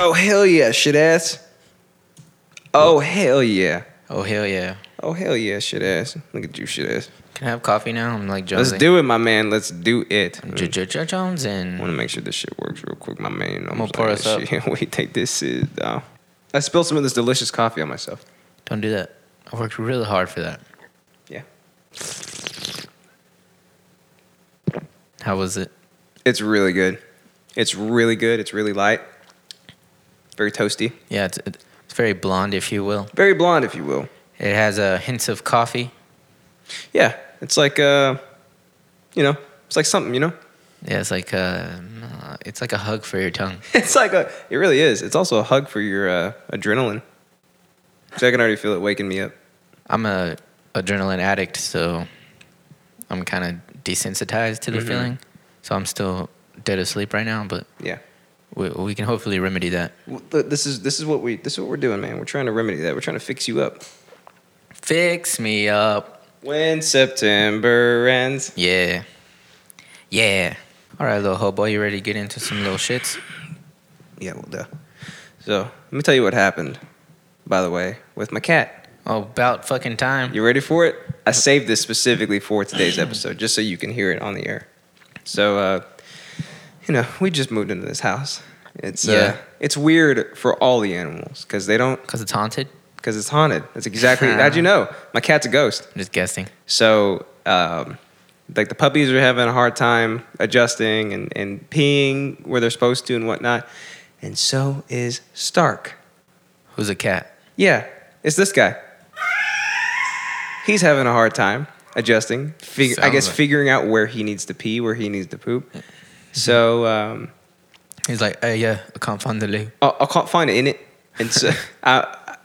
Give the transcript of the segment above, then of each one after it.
Oh, hell yeah, shit ass. Oh hell yeah. Oh hell yeah! Oh hell yeah, shit ass. Look at you, shit ass. Can I have coffee now? I'm like Jonesy. Let's do it, my man. Let's do it. J- J- J- Jones I want and to make sure this shit works real quick, my man. You know, I'm I'ma just pour like, us up. Shit, wait, take this is down. I spilled some of this delicious coffee on myself. don't do that. I worked really hard for that. Yeah. How was it? It's really good. It's really good. It's really light. Very toasty. Yeah, it's it's very blonde, if you will. Very blonde, if you will. It has a hint of coffee. Yeah. It's like uh you know, it's like something, you know? Yeah, it's like a, uh, it's like a hug for your tongue. It's like a it really is. It's also a hug for your uh, adrenaline. So I can already feel it waking me up. I'm a adrenaline addict, so I'm kind of desensitized to the Mm-hmm. feeling. So I'm still dead asleep right now, but Yeah. we, we can hopefully remedy that. Well, th- This is this is what we this is what we're doing, man. We're trying to remedy that. We're trying to fix you up. Fix me up, When September ends. yeah, yeah. All right, little hobo, you ready to get into some little shits? Yeah, well, duh. So let me tell you what happened. By the way, with my cat. Oh, about fucking time. You ready for it? I saved this specifically for today's episode, just so you can hear it on the air. So, uh, you know, we just moved into this house. It's Yeah. uh, it's weird for all the animals because they don't Cause it's haunted. because it's haunted. That's exactly how'd you know? My cat's a ghost. I'm just guessing. So, um, like the puppies are having a hard time adjusting and, and peeing where they're supposed to and whatnot. And so is Stark. Who's a cat? Yeah, it's this guy. He's having a hard time adjusting. Fig- I Sounds guess like- figuring out where he needs to pee, where he needs to poop. So um, He's like, hey, yeah, I can't find the loo. I-, I can't find it in it. And so I,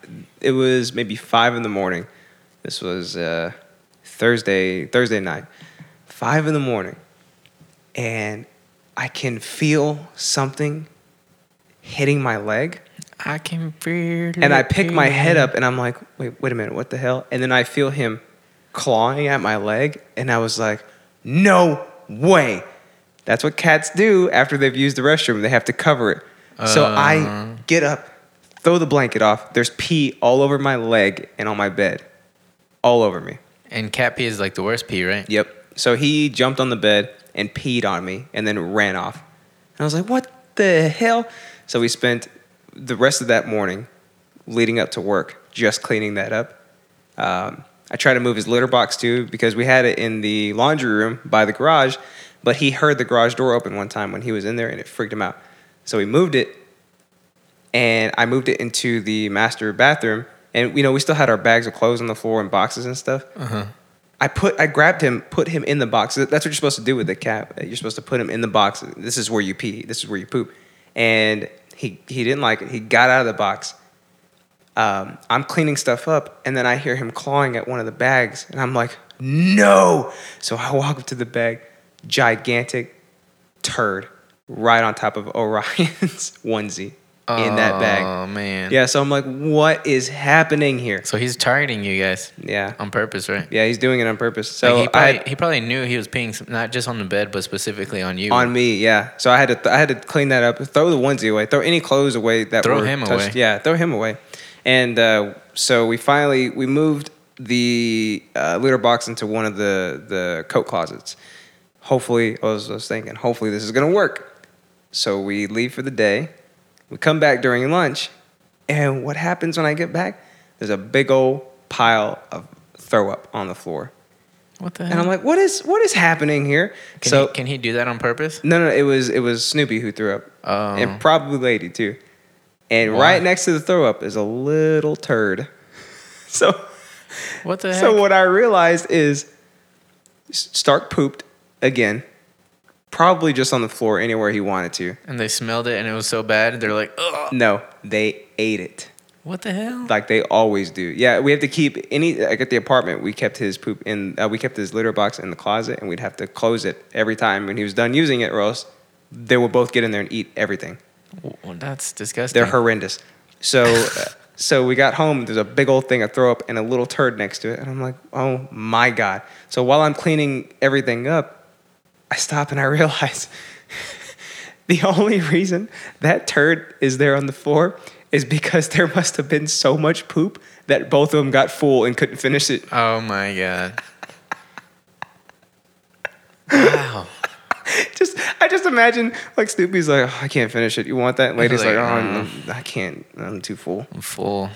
it was maybe five in the morning. This was uh, Thursday, Thursday night, five in the morning, and I can feel something hitting my leg. I can feel. and I it pick my in head up and I'm like, wait, wait a minute, what the hell? And then I feel him clawing at my leg, and I was like, no way. That's what cats do after they've used the restroom. They have to cover it. so I get up, throw the blanket off. There's pee all over my leg and on my bed, all over me. And cat pee is like the worst pee, right? Yep. So he jumped on the bed and peed on me and then ran off. And I was like, what the hell? So we spent the rest of that morning leading up to work just cleaning that up. Um, I tried to move his litter box too because we had it in the laundry room by the garage, but he heard the garage door open one time when he was in there and it freaked him out. So we moved it and I moved it into the master bathroom. And you know, we still had our bags of clothes on the floor and boxes and stuff. I put, I grabbed him, put him in the box. That's what you're supposed to do with the cat. You're supposed to put him in the box. This is where you pee. This is where you poop. And he he didn't like it. He got out of the box. Um, I'm cleaning stuff up, and then I hear him clawing at one of the bags, and I'm like, no. So I walk up to the bag, gigantic turd right on top of Orion's onesie in that bag. Oh man. Yeah, so I'm like, what is happening here? So he's targeting you guys Yeah. on purpose, right? Yeah, he's doing it on purpose. So like he I probably, he probably knew he was peeing some, not just on the bed, but specifically on you. on me, yeah. So I had to I had to clean that up, throw the onesie away, throw any clothes away that Throw were him touched. away. Yeah, throw him away. And uh, so we finally we moved the uh, litter box into one of the the coat closets. Hopefully, I was, I was thinking, hopefully this is gonna work. So we leave for the day. We come back during lunch, and what happens when I get back? There's a big old pile of throw up on the floor, what the hell? and I'm like, what is what is happening here? can, so he, can he do that on purpose? no, no, it was it was Snoopy who threw up, Oh. and probably Lady too. And Why? right next to the throw up is a little turd. So, What the heck? so what I realized is S- Stark pooped again, probably just on the floor anywhere he wanted to. and they smelled it, and it was so bad. They're like, Ugh, No, they ate it what the hell? like they always do. Yeah, we have to keep any like at the apartment. We kept his poop in. Uh, we kept his litter box in the closet, and we'd have to close it every time when he was done using it, or else they would both get in there and eat everything. Well, that's disgusting. They're horrendous. So, uh, so we got home. There's a big old thing of throw up and a little turd next to it, and I'm like, oh my god. So while I'm cleaning everything up, I stop and I realize The only reason that turd is there on the floor is because there must have been so much poop that both of them got full and couldn't finish it. Oh my god. wow. Just, I just imagine like Snoopy's like, oh, I can't finish it. You want that? Lady's like, like, oh, I'm- I can't. I'm too full. I'm full.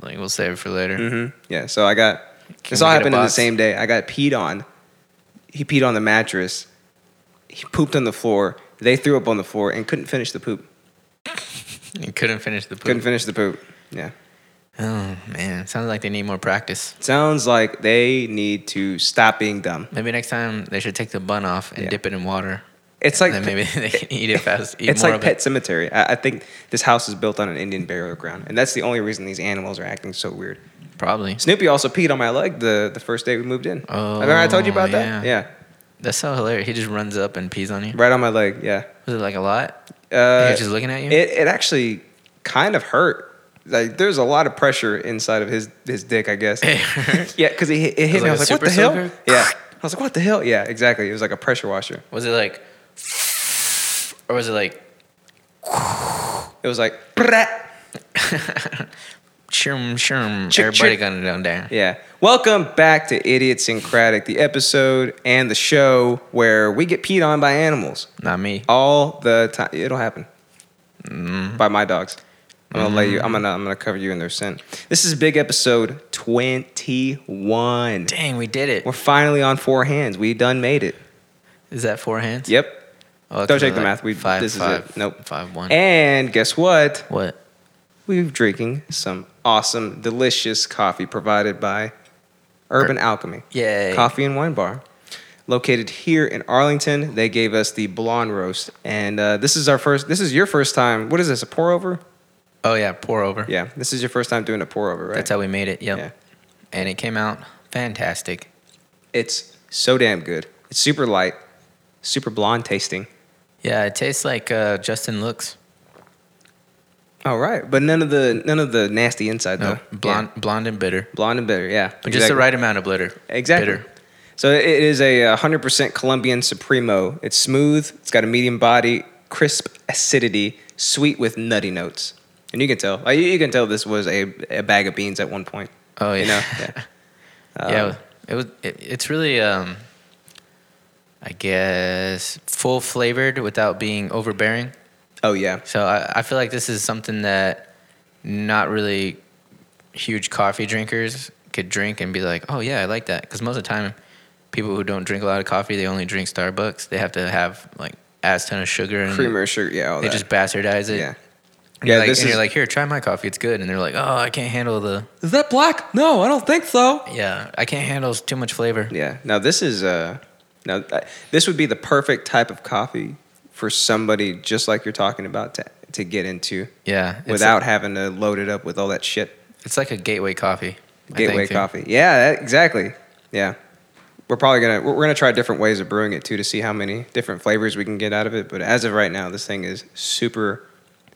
Like we'll save it for later. hmm Yeah. So I got Can this we all get a happened in the box? same day. I got peed on. He peed on the mattress. He pooped on the floor. They threw up on the floor and couldn't finish the poop. You couldn't finish the poop. Couldn't finish the poop. Yeah. oh man, sounds like they need more practice. Sounds like they need to stop being dumb. Maybe next time they should take the bun off and Yeah. dip it in water. It's Like like then maybe they can eat it fast. Eat it's more like of Pet it. Cemetery. I, I think this house is built on an Indian burial ground, and that's the only reason these animals are acting so weird. Probably. Snoopy also peed on my leg the, the first day we moved in. Remember I told you Oh, about that? yeah. Yeah, That's so hilarious. He just runs up and pees on you. right on my leg. Yeah. Was it like a lot? Uh, he was just looking at you. It, it actually kind of hurt. Like there's a lot of pressure inside of his his dick, I guess. It hurt? yeah, because it, hit- it hit It was me. I like was a like, what the super hell? soaker? Yeah. I was like, what the hell? Yeah, exactly. It was like a pressure washer. was it like, or was it like It was like, "Brat." shroom shroom? Chick, Everybody chick. got it down there. Yeah. Welcome back to Idiot Syncratic, the episode and the show where we get peed on by animals Not me. all the time. It'll happen Mm-hmm. by my dogs. I'm gonna lay you. I'm gonna. I'm gonna cover you in their sin. This is big episode twenty-one. Dang, we did it. We're finally on four hands. We done made it. Is that four hands? Yep. Oh, that's Don't check the like math. We five, this five, is it. Nope. Five one. And guess what? what? We're drinking some awesome, delicious coffee provided by Urban Alchemy. Yay. coffee and wine bar located here in arlington they gave us the blonde roast and uh, this is our first this is your first time what is this a pour over Oh yeah, pour over. yeah this is your first time doing a pour over right That's how we made it. Yep. Yeah. And it came out fantastic. it's so damn good it's super light super blonde tasting Yeah, it tastes like uh, Justin looks. all right but none of the none of the nasty inside No, though blonde, blonde and bitter, Yeah. blonde and bitter yeah but just the exactly. right amount of bitter. Exactly. Bitter. So it is a uh, 100% Colombian Supremo. It's smooth, it's got a medium body, crisp acidity, sweet with nutty notes. And you can tell, like, you- you can tell this was a, a bag of beans at one point. Oh yeah. You know? Yeah. Um, yeah. It was. It, it's really, um, I guess, full flavored without being overbearing. Oh, yeah. So I, I feel like this is something that not really huge coffee drinkers could drink and be like, oh yeah, I like that. Because most of the time, people who don't drink a lot of coffee, they only drink Starbucks. They have to have like ass ton of sugar and Creamer, sugar, yeah, all They that. just bastardize it. yeah. And you're Yeah, like, this and is- you're like, here, try my coffee. It's good. And they're like, oh, I can't handle the. Is that black? No, I don't think so. Yeah, I can't handle s- too much flavor. Yeah. Now, this is, uh, now, uh, this would be the perfect type of coffee for somebody just like you're talking about to, to get into Yeah, it's without like- having to load it up with all that shit. it's like a gateway coffee. I Gateway think, too. coffee. Yeah, that, exactly. Yeah. We're probably gonna we're we're gonna try different ways of brewing it too to see how many different flavors we can get out of it. But as of right now, this thing is super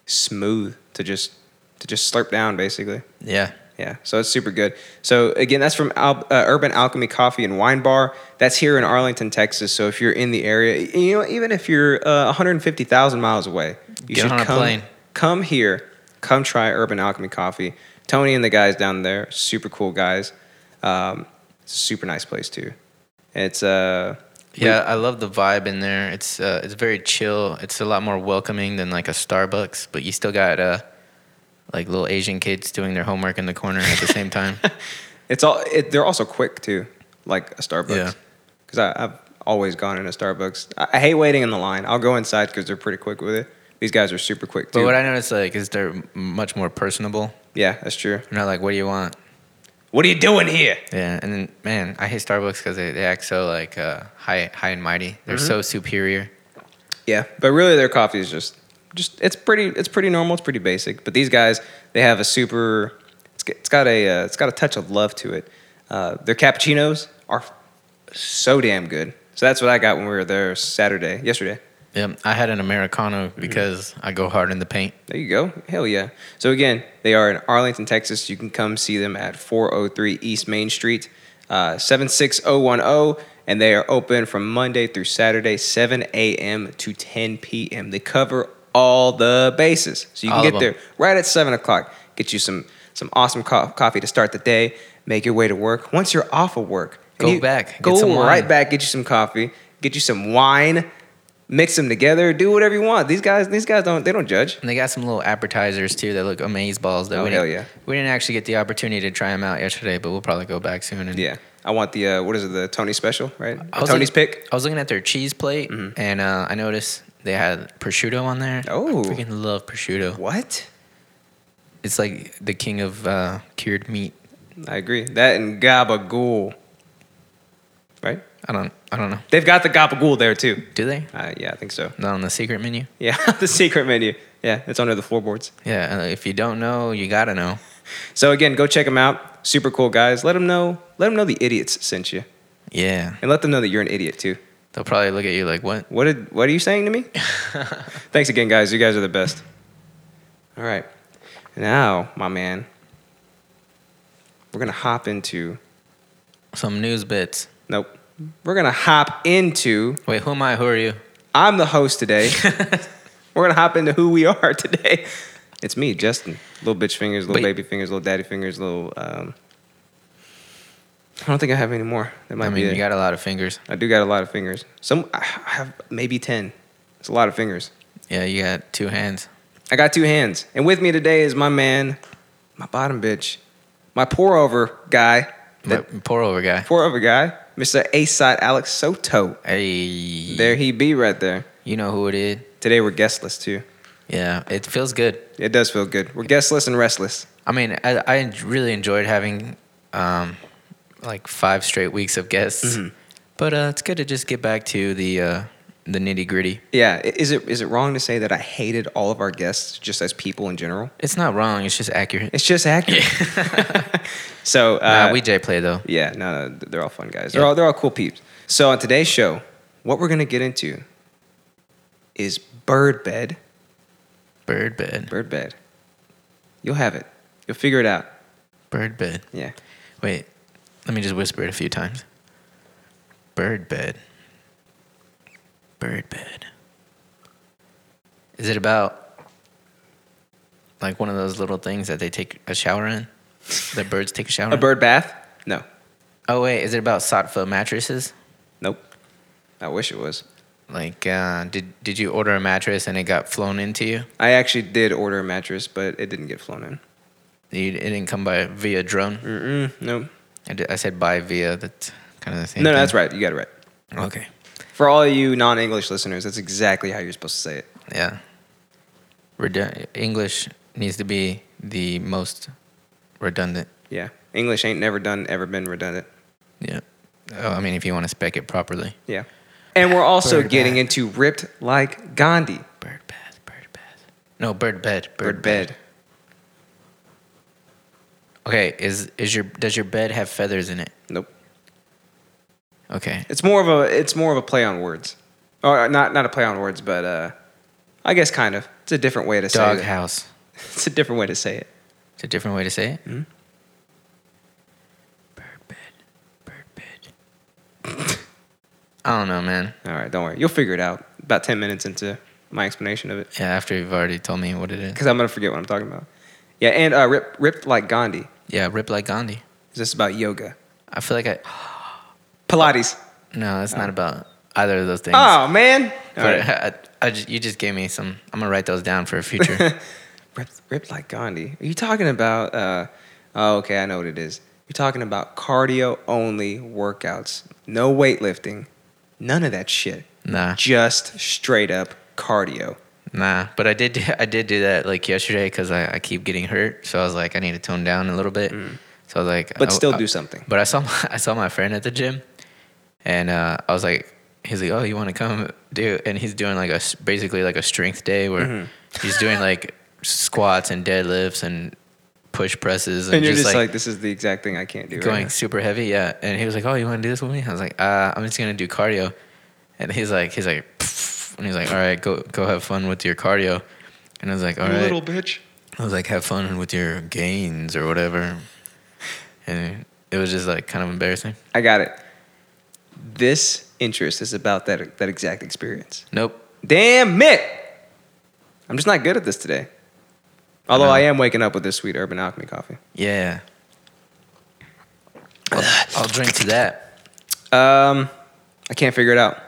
smooth to just to just slurp down basically. Yeah, Yeah, so it's super good. So again, that's from Al- uh, Urban Alchemy Coffee and Wine Bar. That's here in Arlington, Texas. So if you're in the area, you know, even if you're uh, 150,000 miles away, you Get should on a come plane. come here, come try Urban Alchemy Coffee. Tony and the guys down there, super cool guys. Um, it's a super nice place too. It's uh yeah. I love the vibe in there. It's uh, it's very chill. It's a lot more welcoming than like a Starbucks, but you still got uh, like little Asian kids doing their homework in the corner at the same time. It's all. It, they're also quick too, like a Yeah. Starbucks. Because I've always gone in a Starbucks. I, I hate waiting in the line. I'll go inside because they're pretty quick with it. These guys are super quick But too. what I noticed like is they're m- much more personable. yeah, that's true. They're not like, what do you want? What are you doing here? Yeah, and then man, I hate Starbucks because they, they act so like uh, high high and mighty. They're Mm-hmm. so superior. Yeah, but really their coffee is just just it's pretty it's pretty normal. It's pretty basic. But these guys they have a super. It's, g- it's got a uh, it's got a touch of love to it. Uh, their cappuccinos are so damn good. So that's what I got when we were there Saturday yesterday. Yeah, I had an americano Mm-hmm. because I go hard in the paint. There you go. Hell yeah. So again, they are in Arlington, Texas. oh You can come see them at 403 East Main Street, uh, 76010. and they are open from Monday through Saturday, 7 a.m. to 10 p.m. They cover all the bases, so you All can of get them. there right at seven o'clock. Get you some some awesome co- coffee to start the day. Make your way to work. Once you're off of work, and Go you- back, Go get some right wine. back. Get you some coffee. Get you some wine. Mix them together. Do whatever you want. These guys, these guys don't they don't judge. And they got some little appetizers too that look amaze balls. That Oh, we hell didn't- yeah. We didn't actually get the opportunity to try them out yesterday, but we'll probably go back soon. And Yeah, I want the uh, what is it? The Tony special, right? I was Tony's looking- pick. I was looking at their cheese plate, Mm-hmm. and uh, I noticed they had prosciutto on there. Oh. I freaking love prosciutto. What? It's like the king of uh, cured meat. I agree. That and gabagool. Right? I don't. I don't know. They've got the gabagool there too. Do they? Uh, yeah, I think so. Not on the secret menu. Yeah, the secret menu. Yeah, it's under the floorboards. Yeah. uh, If you don't know, you gotta know. So again, go check them out. Super cool guys. Let them know. Let them know the idiots sent you, Yeah. and let them know that you're an idiot too. They'll probably look at you like, "What? What did? What are you saying to me? Thanks again, guys. You guys are the best. All right, now, my man, we're gonna hop into. Some news bits." Nope. We're gonna hop into. Wait, who am I? Who are you? I'm the host today. We're gonna hop into who we are today. It's me, Justin. Little bitch fingers, little But- baby fingers, little daddy fingers, little. Um, I don't think I have any more. That might I be mean, it. you got a lot of fingers. I do got a lot of fingers. Some I have maybe ten. It's a lot of fingers. Yeah, you got two hands. I got two hands, and with me today is my man, my bottom bitch, my pour over guy, My the pour over guy. pour over guy, Mister Ace Side Alex Soto. Hey, There he be right there. You know who it is. Today we're guestless too. Yeah, it feels good. It does feel good. We're guestless and restless. I mean, I, I really enjoyed having um, like five straight weeks of guests, Mm-hmm. but uh, it's good to just get back to the uh, the nitty gritty. Yeah, i- is it is it wrong to say that I hated all of our guests just as people in general? It's not wrong. It's just accurate. It's just accurate. so uh, nah, we J play though. yeah, no, no, they're all fun guys. They're Yeah. all they're all cool peeps. So on today's show, what we're gonna get into is bird bed. Bird bed. Bird bed. You'll have it. You'll figure it out. Bird bed. Yeah. Wait, let me just whisper it a few times. Bird bed. Bird bed. Is it about like one of those little things that they take a shower in? The birds take a shower. A in? bird bath? No. Oh wait, is it about Sotva mattresses? Nope. I wish it was. Like, uh, did did you order a mattress and it got flown into you? I actually did order a mattress, but it didn't get flown in. you it didn't come by via drone. Mm-mm, nope. I, did- I said by via. That's kind of the same. No, no, thing. that's right. You got it right. Okay. For all you non-English listeners, that's exactly how you're supposed to say it. Yeah. Redu- English needs to be the most redundant. Yeah, English ain't never done, ever been redundant. Yeah. Oh, I mean, if you want to spec it properly. Yeah, and we're also Bird getting bath. into ripped like Gandhi. Bird bath. Bird bath. No, bird bed. Bird, bed. Okay. Is is your does your bed have feathers in it? Nope. Okay. It's more of a it's more of a play on words, or uh, not not a play on words, but uh, I guess kind of. It's a different way to say Dog it. house. It's a different way to say it. It's a different way to say it. Hmm? Bird bed. Bird bed. I don't know, man. All right, don't worry, you'll figure it out about ten minutes into my explanation of it, Yeah, after you've already told me what it is. because I'm gonna forget what I'm talking about. Yeah, and uh, rip, ripped like Gandhi. Yeah, rip like Gandhi. Is this about yoga? I feel like I. Pilates. No, it's not about either of those things. Oh man. All But right. I, I just, you just gave me some. I'm gonna write those down for a future. Ripped, ripped like Gandhi. Are you talking about? Uh, oh, okay, I know what it is. You're talking about cardio only workouts, no weightlifting, none of that shit. nah, Just straight up cardio. nah. But I did. I did do that like yesterday because I, I keep getting hurt. So I was like, I need to tone down a little bit. So I was like, Hmm. But I- still I- do something. But I saw my, I saw my friend at the gym, and uh, I was like, he's like, oh, you want to come do? And he's doing like a s- basically like a strength day where he's doing like squats and deadlifts and push presses and, And you're just, like, this is the exact thing I can't do. right going now." super heavy, yeah. And he was like, "Oh, you want to do this with me?" I was like, uh, "I'm just gonna do cardio." And he's like, he's like, "Pff," and he's like, "All right, go go have fun with your cardio." And I was like, "All You right." little bitch. I was like, "Have fun with your gains or whatever." And it was just like kind of embarrassing. I got it. This interest is about that that exact experience. Nope. Damn it! I'm just not good at this today. Although I am waking up with this sweet Urban Alchemy coffee. Yeah. I'll, I'll drink to that. Um, I can't figure it out.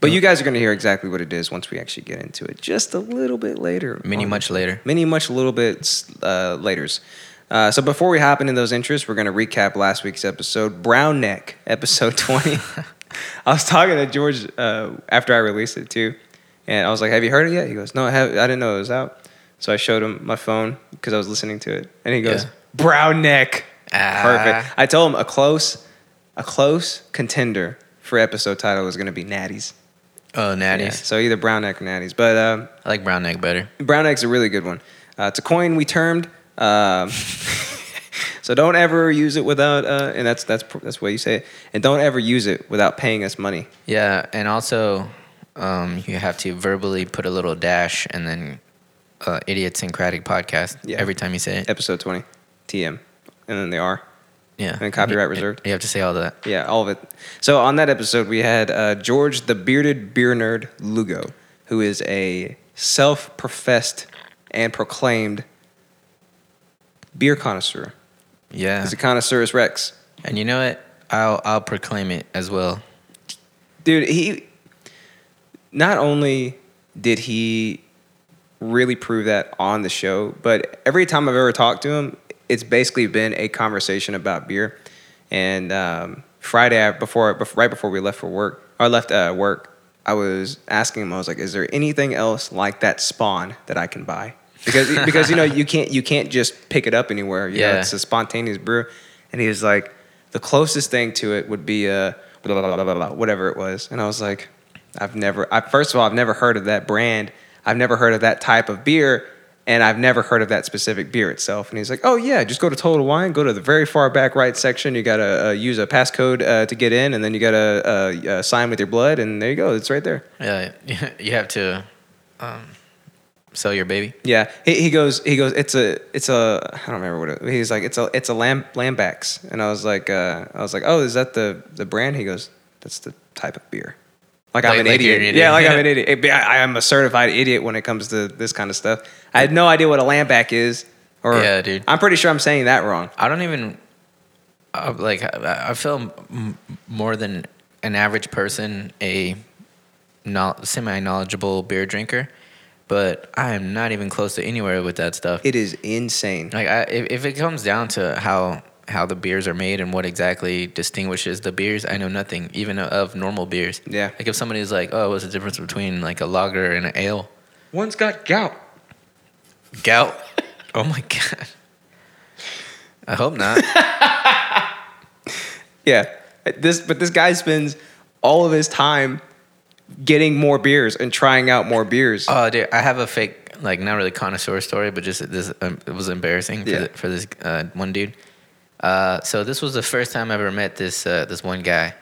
But you guys are going to hear exactly what it is once we actually get into it, just a little bit later. Mini on- much later. Many much a little bit uh, later's. Uh, so before we hop into those interests, we're going to recap last week's episode, Brown Neck, episode 20. I was talking to George uh, after I released it too, and I was like, "Have you heard it yet?" He goes, "No, I, have, I didn't know it was out." So I showed him my phone because I was listening to it, and he goes, Yeah. "Brown Neck, Ah. perfect." I told him a close, a close contender for episode title was going to be Natty's. Oh, natties. Yeah, so either Brown Neck or Natty's, but um, I like brown neck better. Brown egg's a really good one. Uh, it's a coin we termed. Um, so don't ever use it without, uh, and that's that's that's what you say. It. And don't ever use it without paying us money. Yeah, and also um, you have to verbally put a little dash and then uh, idiosyncratic podcast Yeah. every time you say it. Episode twenty, TM, and then they are. Yeah. and copyright You- reserved. You have to say all that. Yeah, all of it. So on that episode, we had uh, George the bearded beer nerd Lugo, who is a self-professed and proclaimed beer connoisseur. Yeah. He's a connoisseurus rex. And you know what? I'll I'll proclaim it as well. dude he not only did he really prove that on the show but every time i've ever talked to him it's basically been a conversation about beer and um, friday af- before bef- right before we left for work or left uh, work i was asking him i was like is there anything else like that spawn that i can buy because because you know you can't you can't just pick it up anywhere you know Yeah. it's a spontaneous brew and he was like the closest thing to it would be a blah, blah, blah, blah, blah, whatever it was and i was like i've never I, first of all i've never heard of that brand i've never heard of that type of beer and i've never heard of that specific beer itself and he's like oh yeah just go to total wine go to the very far back right section you gotta uh, use a passcode uh, to get in and then you gotta uh, uh, sign with your blood and there you go it's right there Yeah. Uh, You have to um, sell your baby. Yeah, he, he goes. He goes. It's a. It's a. I don't remember what it. He's like. It's a. It's a lamb lambax. And I was like. Uh, I was like. Oh, is that the the brand? He goes. That's the type of beer. Like, I'm Like- an, like you're idiot. an idiot. Yeah, like I'm an idiot. I, I am a certified idiot when it comes to this kind of stuff. I had no idea what a lamback is. Or Yeah, dude. I'm pretty sure I'm saying that wrong. I don't even I, like. I, I feel m- more than an average person, a semi knowledgeable beer drinker, but I am not even close to anywhere with that stuff. It is insane. like, I, if, if it comes down to how how the beers are made and what exactly distinguishes the beers, I know nothing, even of normal beers. Yeah. Like if somebody's like, "Oh, what's the difference between like a lager and an ale?" One's got gout. Gout. oh my god. I hope not. Yeah. This but this guy spends all of his time getting more beers and trying out more beers. Oh, dude, I have a fake, like not really connoisseur story, but just this um, it was embarrassing for, Yeah. the, for this uh, one dude. Uh, so this was the first time I ever met this uh, this one guy,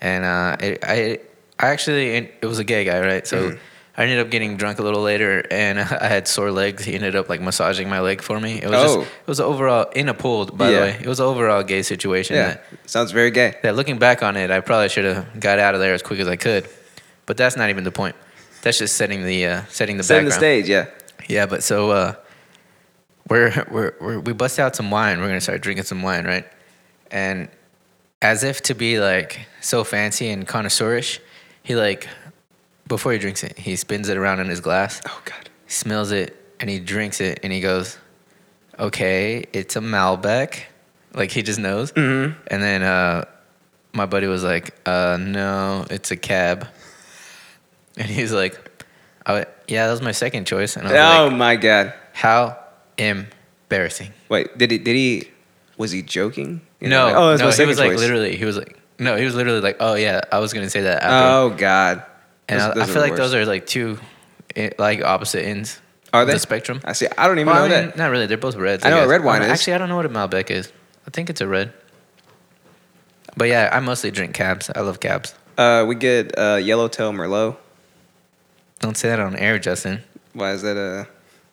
and uh, it, I I actually it was a gay guy, right? So Mm-hmm. I ended up getting drunk a little later, and I had sore legs. He ended up like massaging my leg for me. It was Oh. just it was overall in a pool, by Yeah. the way. It was an overall gay situation. yeah. That, Sounds very gay. that looking back on it, I probably should have got out of there as quick as I could, but that's not even the point. That's just setting the uh, setting the Setting background. the stage, yeah. Yeah, but so uh, we're, we're we're we bust out some wine. We're gonna start drinking some wine, right? And as if to be like so fancy and connoisseurish, he like before he drinks it, he spins it around in his glass, Oh God. smells it, and he drinks it, and he goes, "Okay, it's a Malbec." Like he just knows. Mm-hmm. And then uh, my buddy was like, uh, "No, it's a cab," and he's like. Oh, yeah, that was my second choice. And I was like, Oh my God. how embarrassing. Wait, did he? Did he? Was he joking? You No, know, oh, that's no, my he second was like choice. literally, he was like, no, he was literally like, oh yeah, I was gonna say that. After. Oh God. and I, I feel like those the worst. are like two, eh, like opposite ends. Are of they? the spectrum? I see. I don't even Well, know I mean, that. Not really. They're both reds. I know what guess. red wine don't- is. Actually, I don't know what a Malbec is. I think it's a red. But yeah, I mostly drink cabs. I love cabs. Uh, we get uh, yellowtail merlot. Don't say that on air, Justin. Why is that? Uh,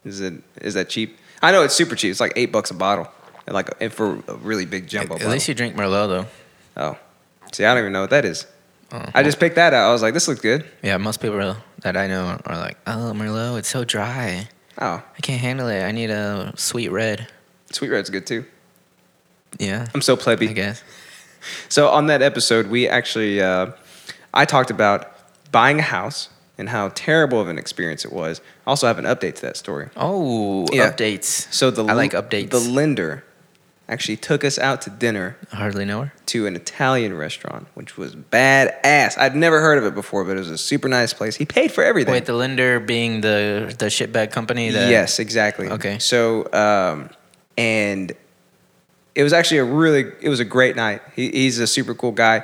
is it? Is that cheap? I know it's super cheap. It's like eight bucks a bottle, and like and for a really big jumbo At bottle. least you drink Merlot though. oh, See, I don't even know what that is. Oh, I just picked that out. I was like, this looks good. yeah, most people that I know are like, oh, Merlot, it's so dry. Oh, I can't handle it. I need a sweet red. sweet red's good too. Yeah, I'm so I plebby. guess. So on that episode, we actually uh, I talked about buying a house and how terrible of an experience it was. I also have an update to that story. Oh, Yeah. updates. So the I like l- updates. The lender actually took us out to dinner Hardly know her. to an Italian restaurant, which was badass. I'd never heard of it before, but it was a super nice place. He paid for everything. Wait, the lender being the the shitbag company that yes, exactly. Okay. So, um, and it was actually a really, it was a great night. He, he's a super cool guy.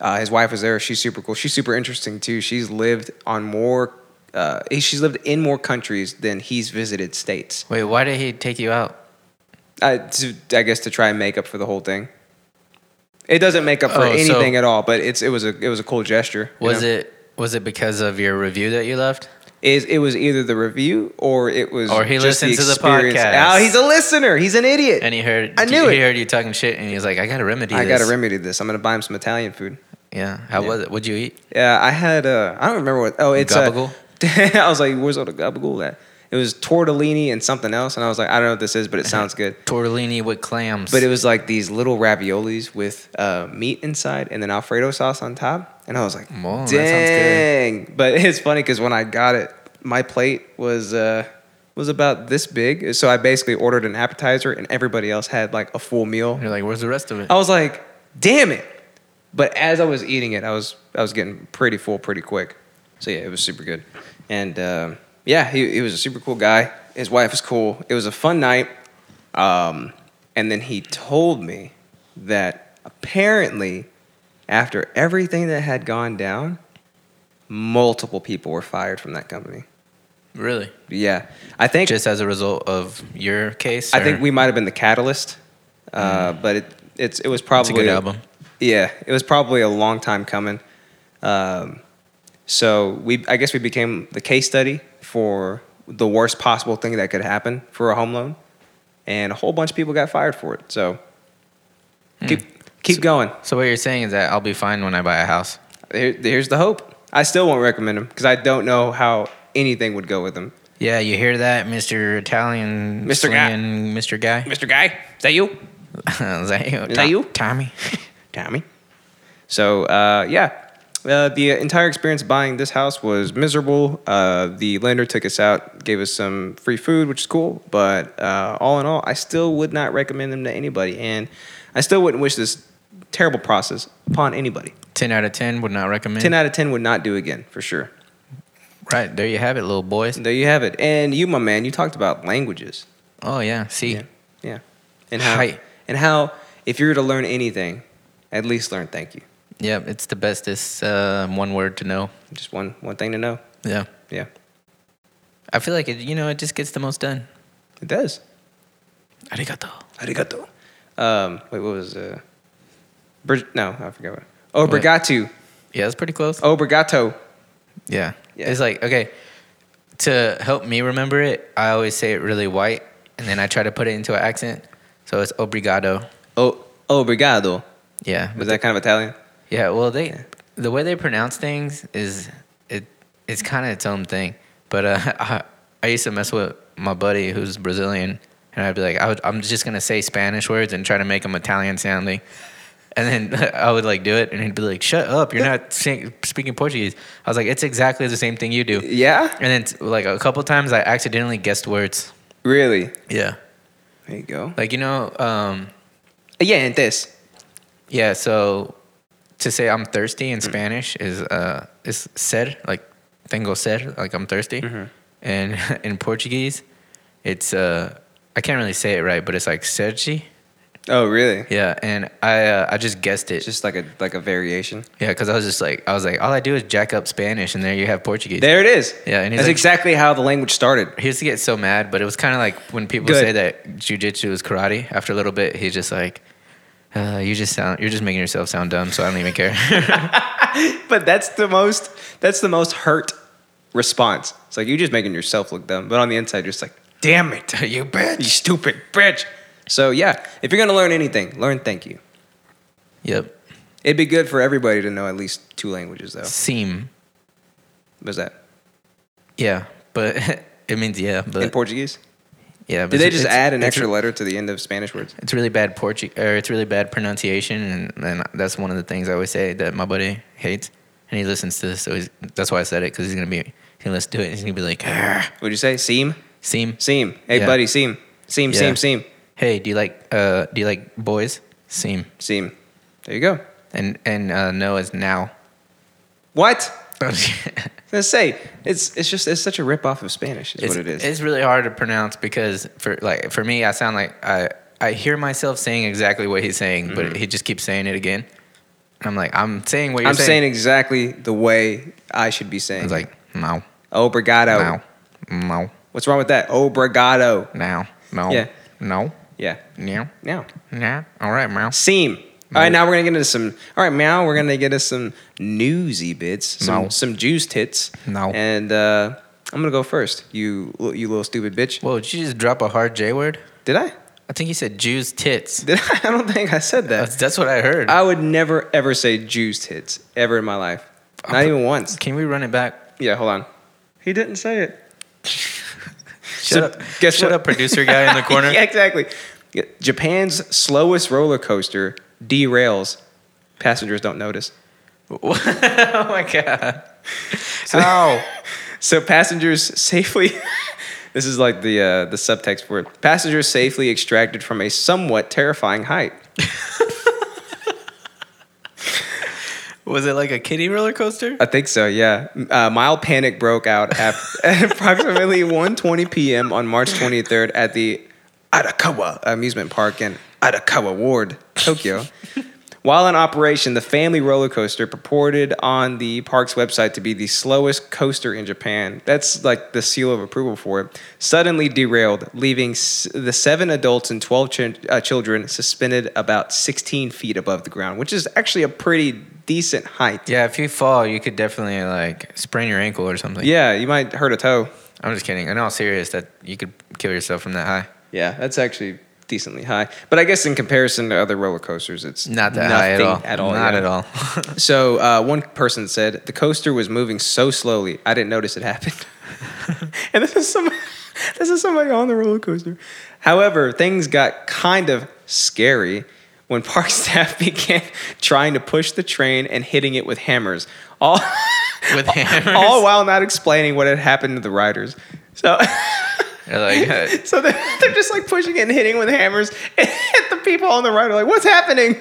Uh, his wife was there. She's super cool. She's super interesting too. She's lived on more, uh, she's lived in more countries than he's visited states. Wait, why did he take you out? I, to, I guess to try and make up for the whole thing. It doesn't make up for Oh, so- anything at all, but it's it was a it was a cool gesture. you Was know? it was it because of your review that you left? Is it was either the review or it was Or he just listened to the experience. podcast. Oh, he's a listener. He's an idiot. And he heard I knew he it. heard you talking shit and he was like, I gotta remedy I this. got to remedy this. I'm gonna buy him some Italian food. Yeah. How Yeah. was it? What'd you eat? Yeah, I had uh, I don't remember what. Oh, it's uh, Gabagool? I was like, where's all the gabagool at? It was tortellini and something else, and I was like, I don't know what this is, but Uh-huh. it sounds good. Tortellini with clams. But it was like these little raviolis with uh, meat inside and then Alfredo sauce on top. And I was like, Whoa, that sounds good. dang. But it's funny because when I got it, my plate was uh, was about this big. So I basically ordered an appetizer and everybody else had like a full meal. You're like, where's the rest of it? I was like, damn it. But as I was eating it, I was I was getting pretty full pretty quick. So yeah, it was super good. And um, yeah, he, he was a super cool guy. His wife is cool. It was a fun night. Um, and then he told me that apparently, after everything that had gone down, multiple people were fired from that company. Really? Yeah, I think Just as a result of your case? I or- think we might have been the catalyst, uh, but it it's it was probably Mm. good album. Yeah, it was probably a long time coming. Um, so we I guess we became the case study for the worst possible thing that could happen for a home loan, and a whole bunch of people got fired for it. So Hmm. keep keep going. So what you're saying is that I'll be fine when I buy a house. Here, here's the hope. I still won't recommend them because I don't know how anything would go with them. Yeah, you hear that, Mr. Italian Mr. Guy. slinging Mr. Guy? Mr. Guy, is that you? is that you? that you? Tommy. Tommy. So uh, yeah, uh, the entire experience buying this house was miserable. Uh, the lender took us out, gave us some free food, which is cool. But uh, all in all, I still would not recommend them to anybody, and I still wouldn't wish this terrible process upon anybody. ten out of ten would not recommend. Ten out of ten would not do again for sure. right, there you have it, little boys. There you have it. And you, my man, you talked about languages. Oh yeah. See. Yeah, yeah, and how Hi. and how if you're to learn anything, at least learn thank you. Yeah, it's the bestest uh, one word to know. Just one one thing to know. Yeah. Yeah, I feel like it, you know, it just gets the most done. it does. Arigato. Arigato. Um, wait, what was uh, Brig- no, I forgot what. Oh, Obrigatu. Yeah, that's pretty close. Obrigado. Yeah. Yeah. It's like, okay, to help me remember it, I always say it really white and then I try to put it into an accent. So it's obrigado. Oh, obrigado. Yeah. Was that kind of Italian? Yeah, well, they Yeah. the way they pronounce things is it it's kind of its own thing. But uh, I, I used to mess with my buddy who's Brazilian, and I'd be like, I would, I'm just gonna say Spanish words and try to make them Italian sounding. And then I would like do it, and he'd be like, "Shut up! You're not saying, speaking Portuguese." I was like, "It's exactly the same thing you do." Yeah. And then t- like a couple times, I accidentally guessed words. Really? Yeah, There you go. Uh, like you know, um, Yeah, and this. Yeah, so to say I'm thirsty Mm. in Spanish is uh is ser, like tengo ser, like I'm thirsty. Mm-hmm. And in Portuguese, it's uh I can't really say it right, but it's like sergi. Oh, really? Yeah, and I uh, I just guessed it. It's just like a like a variation. yeah, cuz I was just like I was like all I do is jack up Spanish and there you have Portuguese. There it is. Yeah, and he's that's like- exactly how the language started. he used to get so mad, but it was kind of like when people Good. say that jujitsu is karate. After a little bit, he's just like, uh, "You just sound, you're just making yourself sound dumb." So I don't even care. But that's the most that's the most hurt response. It's like you're just making yourself look dumb, but on the inside you're just like, damn it, you bitch. you stupid bitch. So yeah, if you're gonna learn anything, learn thank you. Yep. It'd be good for everybody to know at least two languages, though. Seam. What's that? Yeah, but it means yeah, In but Portuguese? yeah. But Did they it's- just it's- add an it's- extra letter to the end of Spanish words? It's really bad Portuguese, or it's really bad pronunciation, and, and that's one of the things I always say that my buddy hates, and he listens to this, so he's, that's why I said it because he's gonna be, he let's do it, and he's gonna be like, "Argh, What'd you say? Seam? seam, Seam. Hey, Yeah. buddy, seam. Seam, Yeah. seam, seam. hey, do you like, uh, do you like boys, seam, Seam. There you go. and and uh, no is now. What? it's, I was gonna say it's it's just it's such a rip off of Spanish is what it is. It's really hard to pronounce because for like for me, I sound like I I hear myself saying exactly what he's saying, but he just keeps saying it again. And I'm like, I'm saying what you're Mm-hmm. I'm saying, saying. exactly the way I should be saying. It's like no, obrigado. no, no. What's wrong with that? Obrigado. Now. No. Yeah. No. Yeah. Yeah. Now. Yeah. All right, Mouse. Seam. All right, now we're gonna get into some. All right, meow. We're gonna get us some newsy bits, some No. some juice tits. No. And uh, I'm gonna go first. You you little stupid bitch. Whoa, did you just drop a hard J word? Did I? I think you said Jews tits. Did I? I don't think I said that. That's, that's what I heard. I would never ever say juice tits ever in my life. Not even once. Can we run it back? Yeah, hold on. He didn't say it. Shut up. Shut up, producer guy in the corner. yeah, exactly. Yeah, Japan's slowest roller coaster derails. Passengers don't notice. oh my god. Ow. So passengers safely. this is like the uh, the subtext for it. Passengers safely extracted from a somewhat terrifying height. Was it like a kiddie roller coaster? I think so, yeah. Uh, mild panic broke out at, at approximately 1.20 p.m. on March 23rd at the Arakawa amusement park in Arakawa Ward, Tokyo. While in operation, the family roller coaster purported on the park's website to be the slowest coaster in Japan. That's like the seal of approval for it. Suddenly derailed, leaving s- the seven adults and 12 ch- uh, children suspended about 16 feet above the ground, which is actually a pretty decent height. Yeah, if you fall, you could definitely like sprain your ankle or something. Yeah, you might hurt a toe. I'm just kidding. In all serious, that you could kill yourself from that high. Yeah, that's actually decently high. But I guess in comparison to other roller coasters, it's Not that high at all. nothing At all Not yeah. at all. So uh, one person said the coaster was moving so slowly, I didn't notice it happened. and this is some, this is somebody on the roller coaster. However, things got kind of scary when park staff began trying to push the train and hitting it with hammers. All With hammers. all while not explaining what had happened to the riders. So. You're like, uh, So they're, they're just like pushing it and hitting with hammers. And the people on the right are like, what's happening?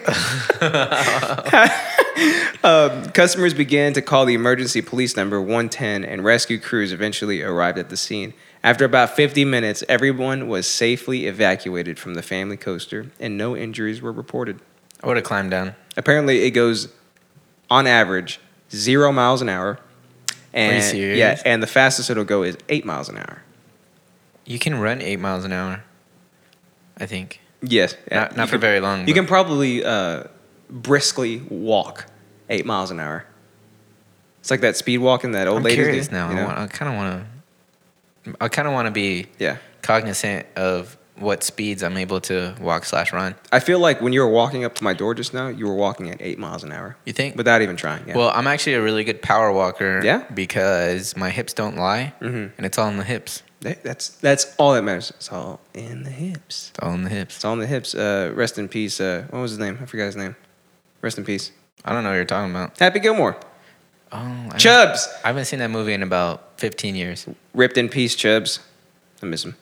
um, customers began to call the emergency police number 110, and rescue crews eventually arrived at the scene. After about 50 minutes, everyone was safely evacuated from the family coaster, and no injuries were reported. I would have climbed down. Apparently, it goes on average zero miles an hour. And, serious? Yeah, and the fastest it'll go is eight miles an hour. You can run eight miles an hour. I think. Yes, Not, not You for can- very long. You but- can probably uh, briskly walk eight miles an hour. It's like that speed walking that old I'm ladies curious do, now. you know? I, want, I kind of want to. I kind of want to be Yeah, cognizant of what speeds I'm able to walk slash run. I feel like when you were walking up to my door just now, you were walking at eight miles an hour You think? without even trying. Yeah. Well, I'm actually a really good power walker. Yeah? Because my hips don't lie, Mhm. and it's all in the hips. That- that's that's all that matters. It's all in the hips. It's all in the hips. It's all in the hips. Uh, rest in peace. Uh, what was his name? I forgot his name. Rest in peace. I don't know what you're talking about. Happy Gilmore. Oh, I haven't- Chubbs. I haven't seen that movie in about 15 years. Ripped in peace, Chubbs. I miss him.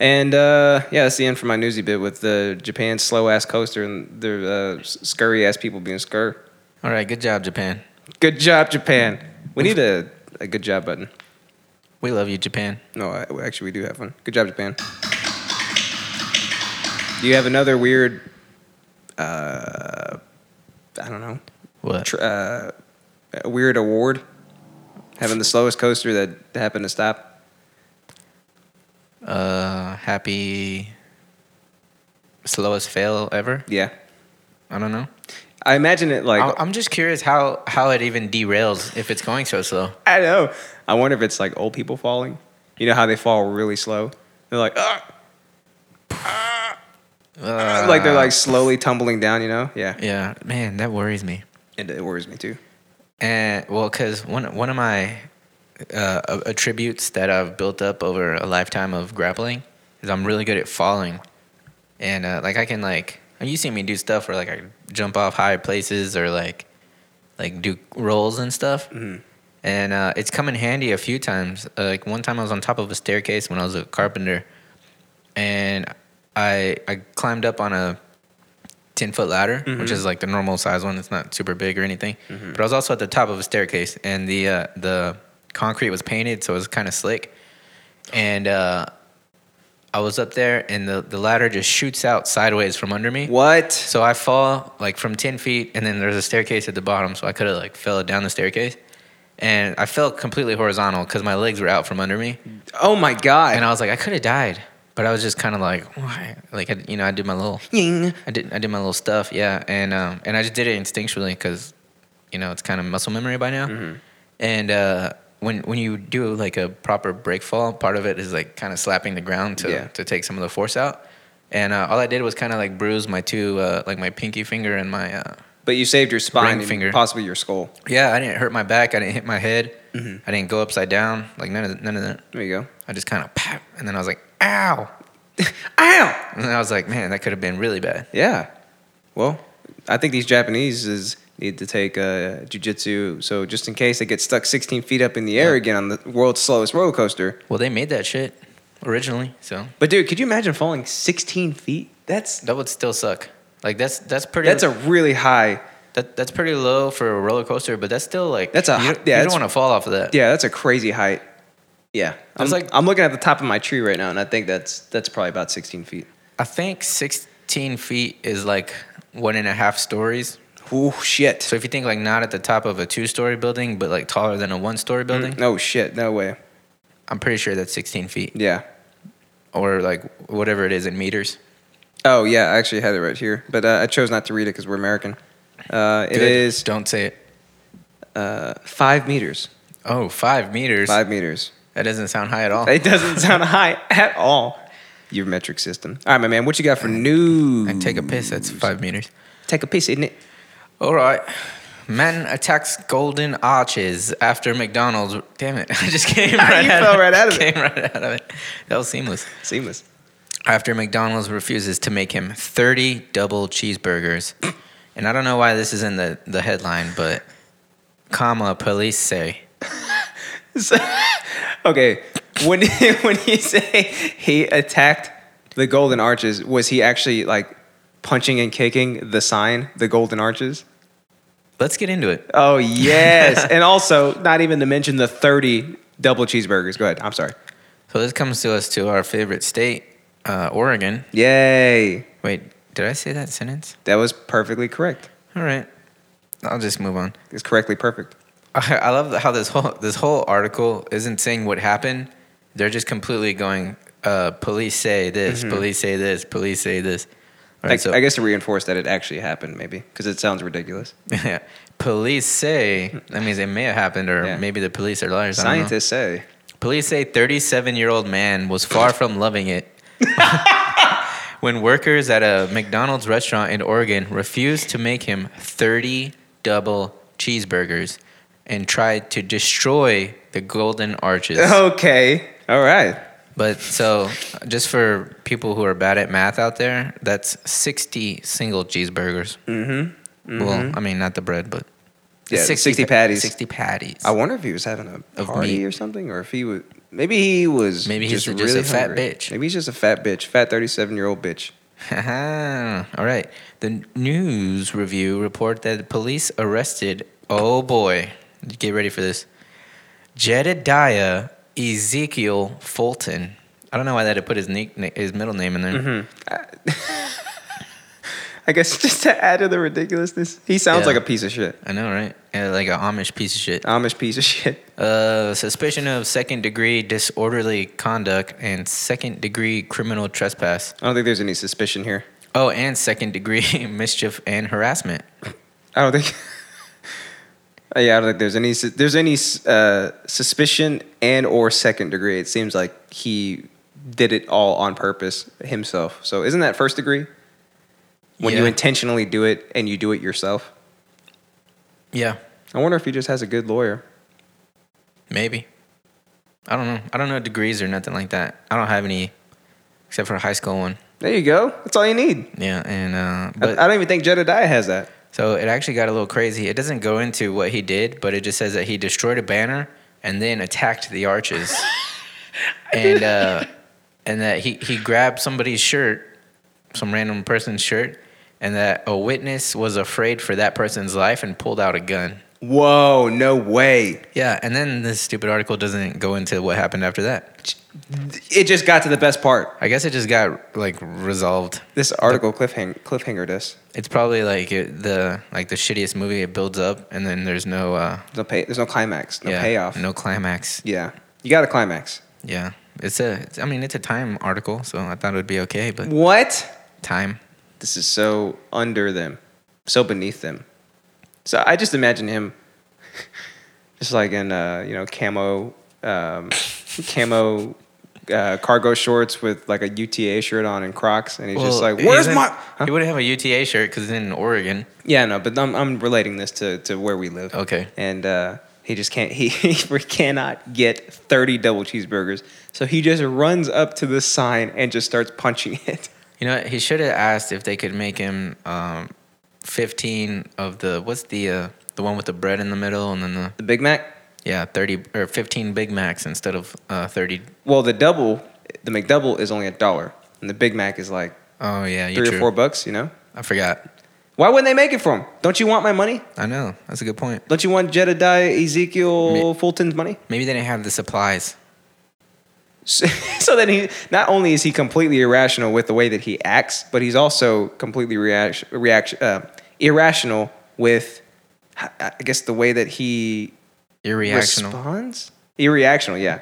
And uh, yeah, that's the end for my newsy bit with the Japan's slow ass coaster and the uh, scurry ass people being scur. All right, good job, Japan. Good job, Japan. We need a, a good job button. We love you, Japan. No, I, well, actually, we do have one. Good job, Japan. Do you have another weird, uh, I don't know, What? tr- uh, a weird award? Having the slowest coaster that happened to stop? uh, happy. Slowest fail ever? Yeah. I don't know. I imagine it like. I- I'm just curious how how it even derails if it's going so slow. I know. I wonder if it's like old people falling. You know how they fall really slow? They're like, "Ah," like they're like slowly tumbling down, you know? Yeah. Yeah, Uh, man, that worries me. It, it worries me too. And well, because one one of my uh, attributes that I've built up over a lifetime of grappling is I'm really good at falling, and uh, like I can like you see me do stuff where like I jump off high places or like like do rolls and stuff, and uh, it's come in handy a few times. Uh, like one time I was on top of a staircase when I was a carpenter, and I I climbed up on a 10 foot ladder, which is like the normal size one. It's not super big or anything. But I was also at the top of a staircase, and the uh, the concrete was painted, so it was kind of slick. And uh, I was up there, and the, the ladder just shoots out sideways from under me. What? So I fall like from 10 feet, and then there's a staircase at the bottom, so I could have like fell down the staircase. And I fell completely horizontal because my legs were out from under me. Oh my And god. I was like, I could have died. But I was just kind of like, why? Like, I, you know, I did my little Ying. I did I did my little stuff, yeah, and um, and I just did it instinctually because, you know, it's kind of muscle memory by now. And uh, when when you do like a proper break fall, part of it is like kind of slapping the ground to Yeah. to take some of the force out. And uh, all I did was kind of like bruise my two uh, like my pinky finger and my uh, But you saved your spine Ring and finger. possibly your skull. yeah. I didn't hurt my back. I didn't hit my head. I didn't go upside down. Like none of the, none of that. There you go. I just kind of pop, and then I was like, ow, Ow. and then I was like, man, that could have been really bad. Yeah. Well, I think these Japanese is need to take uh, jujitsu. So just in case they get stuck 16 feet up in the air again on the world's slowest roller coaster. Well, they made that shit originally, so But dude, could you imagine falling 16 feet? That's That would still suck. Like that's that's pretty. that's a really high. that, that's pretty low for a roller coaster, but that's still like That's a hi- you, yeah, you it's- don't want to fall off of that. Yeah, that's a crazy height. Yeah, I'm That's like like- I'm looking at the top of my tree right now, and I think that's that's probably about 16 feet. I think 16 feet is like one and a half stories. Oh shit! So if you think like not at the top of a two-story building, but like taller than a one-story building, mm, No shit, no way. I'm pretty sure that's 16 feet Yeah. or like whatever it is in meters. Oh yeah, I actually had it right here, but uh, I chose not to read it because we're American. Uh, it Good. is Don't say it. uh, five meters. Oh, five meters. Five meters. That doesn't sound high at all. It doesn't sound high at all. Your metric system. All right, my man. What you got for news? I take a piss. That's five meters. Take a piece, isn't it? All right. Man attacks golden arches after McDonald's. Damn it. I just came right You out fell of right out of it. Came right out of it. That was seamless. Seamless. After McDonald's refuses to make him 30 double cheeseburgers. And I don't know why this is in the, the headline, but comma, police say. So- okay, when when you say he attacked the Golden Arches, was he actually like punching and kicking the sign, the Golden Arches? Let's get into it. Oh yes, and also not even to mention the thirty double cheeseburgers. Go ahead. I'm sorry. So this comes to us to our favorite state, uh, Oregon. Yay, Wait, did I say that sentence? that was perfectly correct. All right. I'll just move on. It's correctly perfect. I I love how this whole this whole article isn't saying what happened. They're just completely going. Uh, police say this. Police say this. Police say this. All right, Mm-hmm. Like, so I guess to reinforce that it actually happened, maybe because it sounds ridiculous. yeah, police say that means it may have happened, or Yeah. maybe the police are liars. I don't know. Scientists say Police say 37 year old man was far from loving it when workers at a McDonald's restaurant in Oregon refused to make him 30 double cheeseburgers and tried to destroy the golden arches. okay. All right. But so, just for people who are bad at math out there, that's 60 single cheeseburgers. Mm-hmm. Well, I mean, not the bread, but Mm-hmm. Yeah, 60 patties. 60 patties. I wonder if he was having a Of party meat. or something, or if he was. Maybe he was. Maybe he's just, just a really fat hungry. bitch. Maybe he's just a fat bitch, fat thirty-seven-year-old bitch. Haha. All right. The news review report that the police arrested. Oh boy, get ready for this. Jedediah Ezekiel Fulton. I don't know why they had to put his nick- his middle name in there. Mm-hmm. I guess just to add to the ridiculousness, he sounds Yeah. like a piece of shit, I know, right? Yeah, like an Amish piece of shit. Amish piece of shit. Uh, suspicion of second degree disorderly conduct and second degree criminal trespass. I don't think there's any suspicion here. Oh, and second degree mischief and harassment. I don't think. Uh, yeah, I don't think there's any su- there's any uh, suspicion and or second degree. It seems like he did it all on purpose himself. So isn't that first degree? When you Yeah. intentionally do it and you do it yourself. Yeah, I wonder if he just has a good lawyer. maybe. I don't know. I don't know degrees or nothing like that. I don't have any, except for a high school one. There you go. That's all you need. Yeah, and uh, I- but I don't even think Jedediah has that. So it actually got a little crazy. It doesn't go into what he did, but it just says that he destroyed a banner and then attacked the arches, and uh, and that he he grabbed somebody's shirt, some random person's shirt, and that a witness was afraid for that person's life and pulled out a gun. Whoa, no way. Yeah, and then this stupid article doesn't go into what happened after that. It just got to the best part. I guess it just got like resolved. This article cliffhang- cliffhangered us. It's probably like it, the like the shittiest movie. It builds up and then there's no uh, No pay, there's no climax, no yeah, payoff. no climax. Yeah. You got a climax. Yeah, it's a. it's- I mean, it's a time article, so I thought it would be okay. But What? time, This is so under them, so beneath them. So I just imagine him just like in, uh, you know, camo, um, camo uh, cargo shorts with like a UTA shirt on and Crocs. And he's just like, he where's wouldn't- my. Huh? He wouldn't have a UTA shirt because it's in Oregon. Yeah, no, but I'm, I'm relating this to, to where we live. Okay. And uh, he just can't, he, he cannot get 30 double cheeseburgers. So he just runs up to the sign and just starts punching it. You know, what? he should have asked if they could make him um, fifteen of the what's the uh, the one with the bread in the middle, and then the The Big Mac? yeah thirty or fifteen Big Macs instead of uh, thirty. Well, the double, the McDouble is only a dollar, and the Big Mac is like Oh yeah, you three true. or four bucks. You know, I forgot. why wouldn't they make it for him? Don't you want my money? I know that's a good point. Don't you want Jedediah Ezekiel Fulton's money? Maybe they didn't have the supplies. So, so then he not only is he completely irrational with the way that he acts, but he's also completely react, react, uh, irrational with, I I guess, the way that he Irreactional. responds. Irreactional, yeah.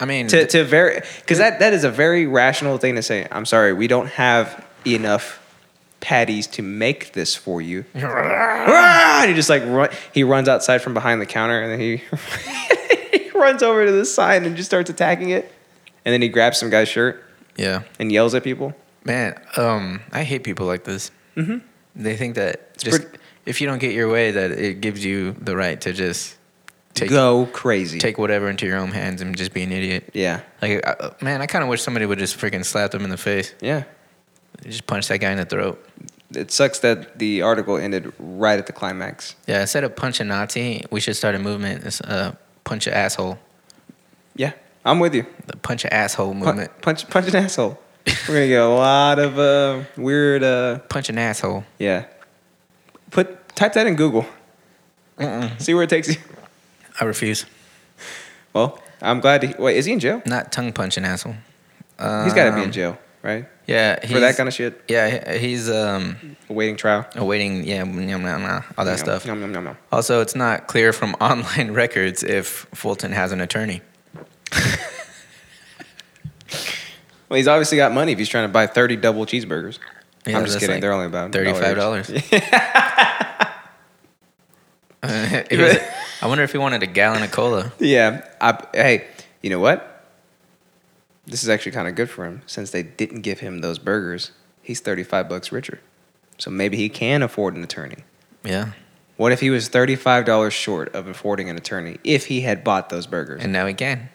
I mean, to to very because that that is a very rational thing to say. I'm sorry, we don't have enough patties to make this for you. Ah! And he just like run, he runs outside from behind the counter and then he, he runs over to the sign and just starts attacking it. And then he grabs some guy's shirt yeah. and yells at people. Man, um, I hate people like this. Mm-hmm. They think that just pret- if you don't get your way, that it gives you the right to just take Go crazy. take whatever into your own hands and just be an idiot. yeah. Like, I, uh, man, I kind of wish somebody would just freaking slap them in the face, Yeah. just punch that guy in the throat. It sucks that the article ended right at the climax. Yeah, instead of punch a Nazi, we should start a movement. It's uh, punch a asshole, Yeah. I'm with you. the punch a asshole Punch, movement. punch, punch an asshole. We're gonna get a lot of uh, weird uh, Punch an asshole. Yeah. Put type that in Google. Mm-mm. See where it takes you. I refuse. Well, I'm glad to. Wait, is he in jail? Not tongue punch an asshole. He's got to be in Um, jail, right? Yeah, For that he's- kind of shit, Yeah, he- he's um awaiting trial. awaiting. Yeah, yum, yum, yum, all that Yum, stuff. Yum, yum, yum, yum. Also, it's not clear from online records if Fulton has an attorney. Well, he's obviously got money if he's trying to buy 30 double cheeseburgers. Yeah, I'm just that's kidding. like They're only about $35. $1. Uh, it was- I wonder if he wanted a gallon of cola. yeah. I, hey, you know what? This is actually kind of good for him since they didn't give him those burgers. He's 35 bucks richer. So maybe he can afford an attorney. Yeah, What if he was $35 short of affording an attorney if he had bought those burgers? and now he can.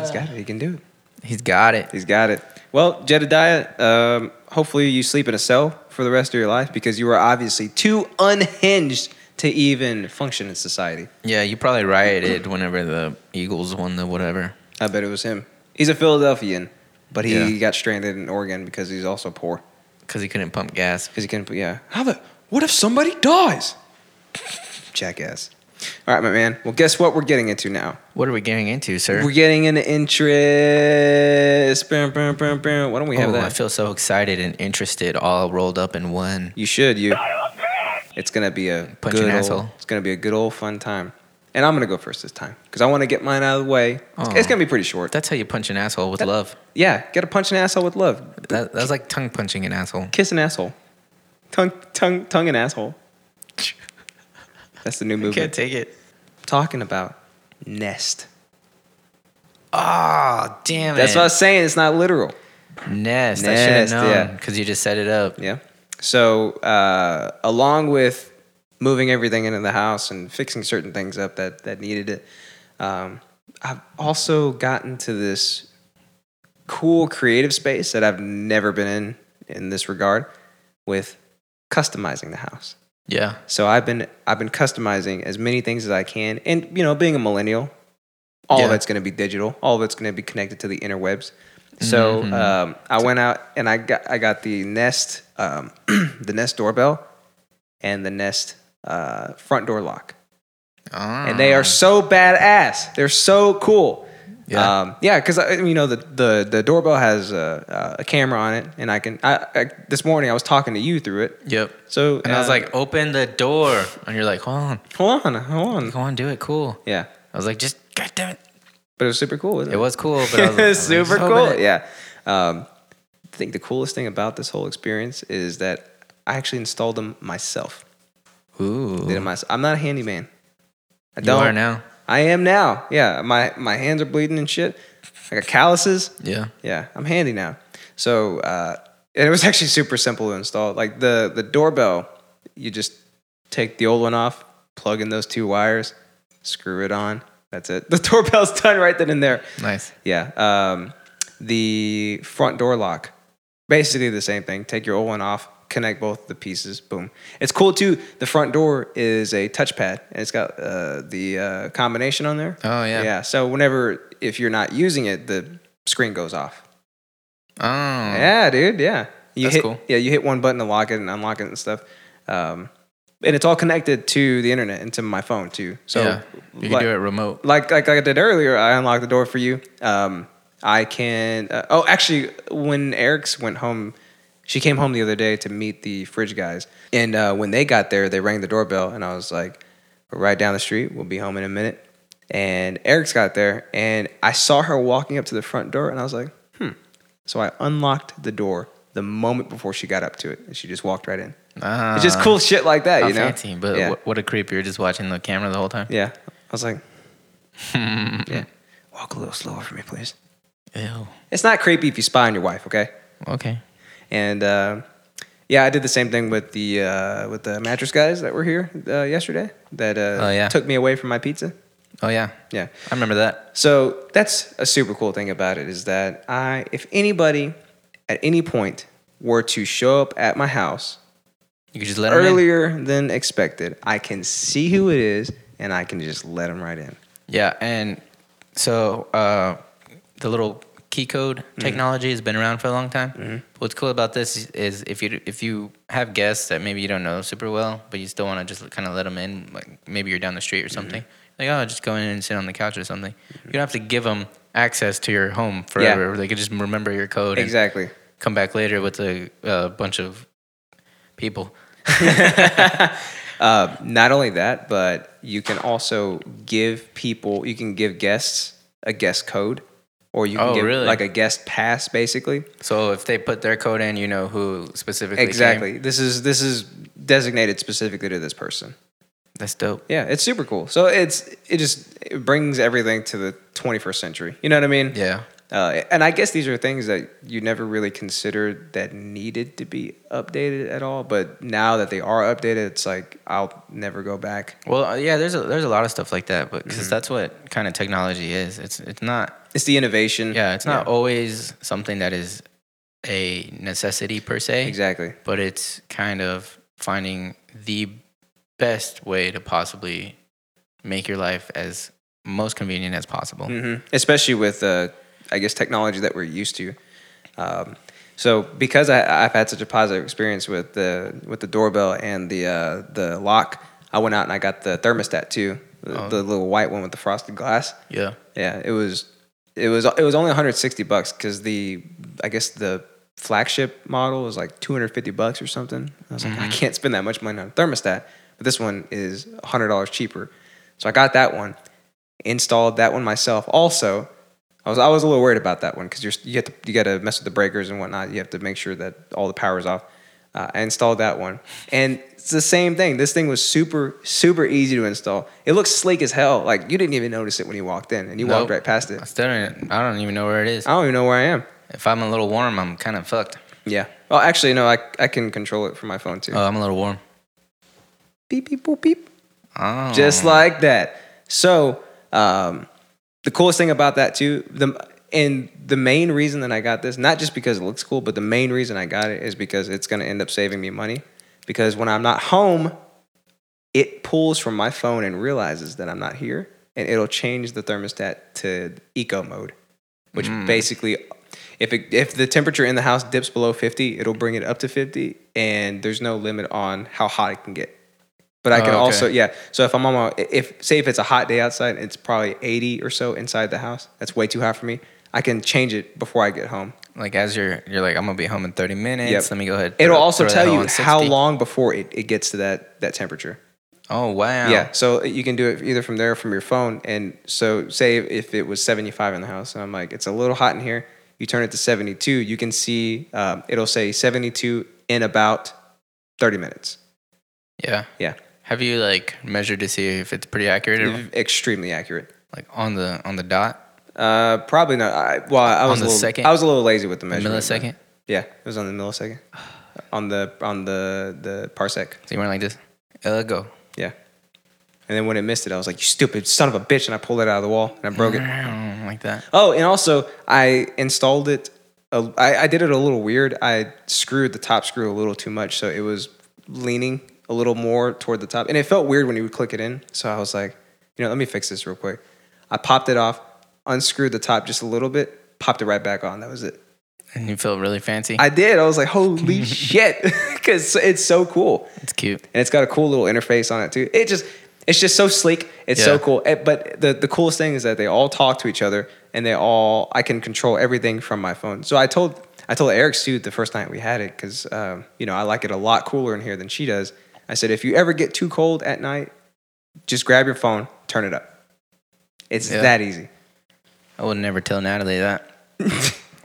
He's got it. He can do it. He's got it. He's got it. Well, Jedediah, um, hopefully you sleep in a cell for the rest of your life because you are obviously too unhinged to even function in society. Yeah, you probably rioted whenever the Eagles won the whatever. I bet it was him. He's a Philadelphian, but he Yeah. got stranded in Oregon because he's also poor. Because he couldn't pump gas. Because he couldn't, put- yeah. How the, what if somebody dies? Jackass. All right, my man. Well, guess what we're getting into now? What are we getting into, sir? We're getting into interest. Bam, bam, bam, bam. Why don't we have oh, that? I feel so excited and interested, all rolled up in one. You should. You. It's gonna be a Punch good an old, asshole. It's gonna be a good old fun time. And I'm gonna go first this time because I want to get mine out of the way. It's, Oh. it's gonna be pretty short. That's how you punch an asshole with That- love. yeah, gotta punch an asshole with love. That, that's like tongue punching an asshole. Kiss an asshole. Tongue, tongue, tongue an asshole. That's the new movie. Can't take it. Talking about nest. Ah, damn it. That's what I was saying. It's not literal. Nest. I should have Nest, yeah. known because you just set it up. Yeah. So, uh, along with moving everything into the house and fixing certain things up that that needed it, um, I've also gotten to this cool creative space that I've never been in in this regard with customizing the house. Yeah. So I've been I've been customizing as many things as I can, and you know, being a millennial, all Yeah. of it's going to be digital. All of it's going to be connected to the interwebs. So Mhm. um, I went out and I got I got the Nest um, the Nest doorbell and the Nest uh, front door lock, and they Mm. are so badass. They're so cool. Yeah. um, yeah, because you know the, the the doorbell has a, a camera on it, and I can. I, I, this morning I was talking to you through it, Yep. so And I was uh, like, open the door, and you're like, hold on, hold on, hold on, go on, do it, cool. yeah. I was like, just goddamn it. But it was super cool. Wasn't It it? was cool, but I was, I was like, super just open cool. it. Yeah. Um, I think the coolest thing about this whole experience is that I actually installed them myself. Did it Ooh, myself. I'm not a handyman. I you don't. are now. I am now. Yeah. My my hands are bleeding and shit. I got calluses. Yeah. Yeah. I'm handy now. So uh, and it was actually super simple to install. Like the the doorbell, you just take the old one off, plug in those two wires, screw it on. That's it. The doorbell's done right then and there. Nice. Yeah. Um, the front door lock, basically the same thing. Take your old one off, connect both the pieces. Boom. It's cool too. The front door is a touchpad, and it's got uh, the uh, combination on there. Oh yeah. Yeah. So whenever if you're not using it, the screen goes off. Oh. Yeah, dude. Yeah. You That's hit, cool. Yeah, you hit one button to lock it and unlock it and stuff. Um, and it's all connected to the internet and to my phone too. So yeah. You can like- do it remote. like like I did earlier, I unlocked the door for you. Um, I can. Uh, oh, actually, when Eric's went home, she came home the other day to meet the fridge guys, and uh, when they got there, they rang the doorbell, and I was like, "We're right down the street. We'll be home in a minute." And Eric's got there, and I saw her walking up to the front door, and I was like, "Hmm." So I unlocked the door the moment before she got up to it, and she just walked right in. Ah, It's just cool shit like that, How you know. fancy, but Yeah. what, what a creep! You're just watching the camera the whole time. Yeah. I was like, yeah. Walk a little slower for me, please. Ew. It's not creepy if you spy on your wife, okay? Okay. And uh, yeah, I did the same thing with the uh, with the mattress guys that were here uh, yesterday that uh, Oh, yeah. took me away from my pizza. Oh yeah. Yeah. I remember that. So that's a super cool thing about it is that I, if anybody at any point were to show up at my house You could just let 'em in. earlier than expected, I can see who it is and I can just let them right in. Yeah, and so uh, the little key code technology has been around for a long time. What's cool about this is if you if you have guests that maybe you don't know super well, but you still want to just kind of let them in, like maybe you're down the street or something. Like, oh, just go in and sit on the couch or something. You don't have to give them access to your home forever. They could just remember your code and Exactly. come back later with a uh, bunch of people. Uh, not only that, but you can also give people, you can give guests a guest code, or you can Oh, give really? like a guest pass, basically. So if they put their code in, you know who specifically. came. Exactly. This is this is designated specifically to this person. That's dope. Yeah, it's super cool. So it's it just it brings everything to the 21st century. You know what I mean? Yeah. Uh, and I guess these are things that you never really considered that needed to be updated at all. But now that they are updated, it's like I'll never go back. Well, uh, yeah, there's a there's a lot of stuff like that, but because Mm-hmm. that's what kind of technology is. It's it's not It's the innovation. yeah, it's not always something that is a necessity per se, Exactly. but it's kind of finding the best way to possibly make your life as most convenient as possible. hmm Especially with, uh, I guess, technology that we're used to. Um, so because I, I've had such a positive experience with the with the doorbell and the uh, the lock, I went out and I got the thermostat too, the, Oh. the little white one with the frosted glass. Yeah. Yeah, it was it was it was only 160 bucks because the I guess the flagship model was like 250 bucks or something. I was like, I can't spend that much money on a thermostat, but this one is 100 dollars cheaper. So I got that one, installed that one myself. Also, I was I was a little worried about that one because you're you have to you got to mess with the breakers and whatnot. You have to make sure that all the power is off. Uh, I installed that one, and it's the same thing. This thing was super super easy to install. It looks sleek as hell. Like you didn't even notice it when you walked in, and you walked Nope. right past it. I still don't, I don't even know where it is. I don't even know where I am. If I'm a little warm, I'm kind of fucked. Yeah. Well, actually, no, I, I can control it from my phone too. Oh, I'm a little warm. beep, beep, boop, beep. Oh. just like that. So um, the coolest thing about that too, the and the main reason that I got this, not just because it looks cool, but the main reason I got it is because it's going to end up saving me money. Because when I'm not home, it pulls from my phone and realizes that I'm not here, and it'll change the thermostat to eco mode, which Mm. basically. If, it, if the temperature in the house dips below 50, it'll bring it up to 50, and there's no limit on how hot it can get. But I Oh, can okay. also, yeah. So if I'm on my, if say if it's a hot day outside, it's probably 80 or so inside the house. That's way too hot for me. I can change it before I get home. like as you're you're like I'm gonna be home in 30 minutes. Yep. Let me go ahead. It'll throw- also throw that tell hoe you on how 60. long before it, it gets to that that temperature. Oh wow. Yeah. So you can do it either from there or from your phone. And so say if it was 75 in the house, and I'm like, it's a little hot in here. You turn it to 72. You can see um, it'll say 72 in about 30 minutes. Yeah. Yeah. Have you like measured to see if it's pretty accurate? Or, Extremely accurate. like on the on the dot, Uh, probably not. I, well, I was the a little, second? I was a little lazy with the the measurement. but- millisecond. Yeah, it was on the millisecond. on the on the the parsec. So you went like this. Uh, go. Yeah. And then when it missed it, I was like, "You stupid son of a bitch!" And I pulled it out of the wall and I broke it. Mm, Like that. Oh, and also I installed it. a- I I did it a little weird. I screwed the top screw a little too much, so it was leaning a little more toward the top, and it felt weird when you would click it in. So I was like, you know, let me fix this real quick. I popped it off, unscrewed the top just a little bit, popped it right back on. That was it. And you feel really fancy. I did. I was like, holy shit, because it's so cool it's cute. and it's got a cool little interface on it too. It just it's just so sleek. It's so Yeah. cool. Eh, But the the coolest thing is that they all talk to each other and they all I can control everything from my phone. So I told I told Eric Sue the first night we had it because um, you know I like it a lot cooler in here than she does. I said if you ever get too cold at night, just grab your phone, turn it up. It's Yeah. that easy. I would never tell Natalie that.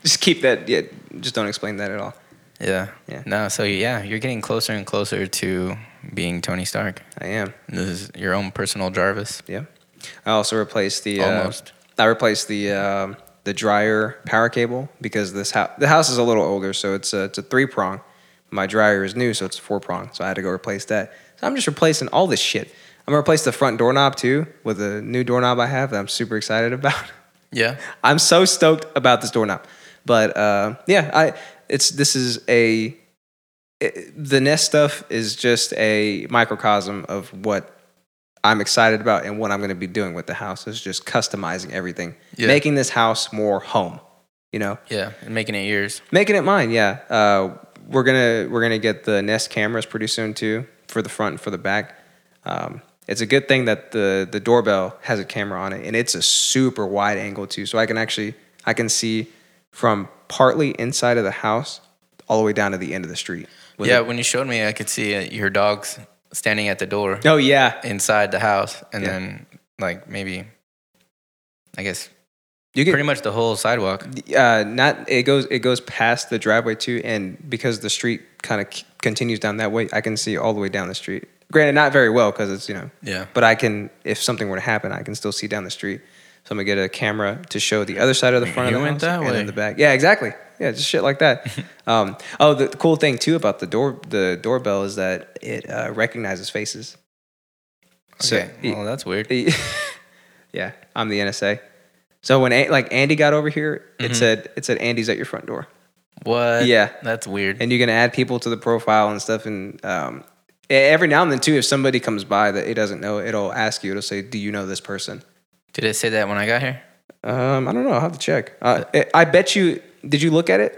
Just keep that. Yeah, just don't explain that at all. Yeah. Yeah. No. So yeah, you're getting closer and closer to being Tony Stark. I am. This is your own personal Jarvis. Yeah. I also replaced the uh, Almost. I replaced the um, the dryer power cable because this house the house is a little older, so it's a, it's a three prong. My dryer is new, so it's four prong. So I had to go replace that. So I'm just replacing all this shit. I'm gonna replace the front doorknob too with a new doorknob I have that I'm super excited about. Yeah. I'm so stoked about this doorknob. But uh, yeah, I it's this is a it, the Nest stuff is just a microcosm of what I'm excited about and what I'm going to be doing with the house is just customizing everything, Yeah. making this house more home. You know, Yeah. And making it yours. making it mine. Yeah, uh, we're gonna we're gonna get the Nest cameras pretty soon too for the front and for the back. Um, it's a good thing that the the doorbell has a camera on it, and it's a super wide angle too, so I can actually I can see from partly inside of the house all the way down to the end of the street. with yeah. it. When you showed me, I could see uh, your dogs standing at the door Oh yeah, inside the house, and Yeah. then like maybe, I guess you pretty can. much the whole sidewalk. Uh, not it goes it goes past the driveway too, and because the street kind of continues down that way, I can see all the way down the street. Granted, not very well because it's you know Yeah. but I can, if something were to happen, I can still see down the street. So I'm gonna get a camera to show the other side of the front You of the went house that and way. then the back. Yeah, exactly. Yeah, just shit like that. um, oh, the, the cool thing too about the door, the doorbell is that it uh, recognizes faces. So- Okay. well, that's weird. yeah, I'm the NSA. So when A- like Andy got over here, it Mhm. said it said Andy's at your front door. What? Yeah. That's weird. and you can add people to the profile and stuff and um, e- every now and then too if somebody comes by that it doesn't know it'll ask you it'll say do you know this person Did it say that when I got here? um, i don't know i'll have to check uh, I- i bet you did you look at it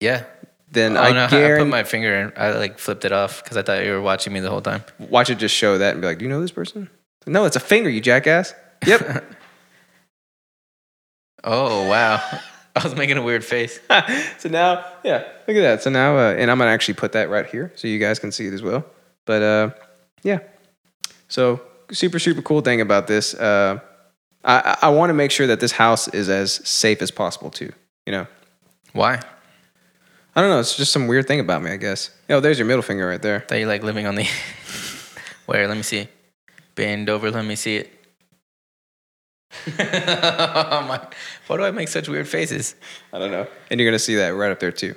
Yeah. then Oh, i no, I put guarantee my finger in. I like flipped it off because I thought you were watching me the whole time. watch it just show that and be like do you know this person no it's a finger you jackass yep Oh wow! I was making a weird face. so now yeah look at that so now uh, and i'm gonna actually put that right here so you guys can see it as well but uh, yeah so super super cool thing about this uh, i, I want to make sure that this house is as safe as possible too you know Why? i don't know it's just some weird thing about me i guess oh there's your middle finger right there That you like living on the. Where? Let me see. Bend over. Let me see it. Oh my- Why do I make such weird faces? i don't know and you're gonna see that right up there too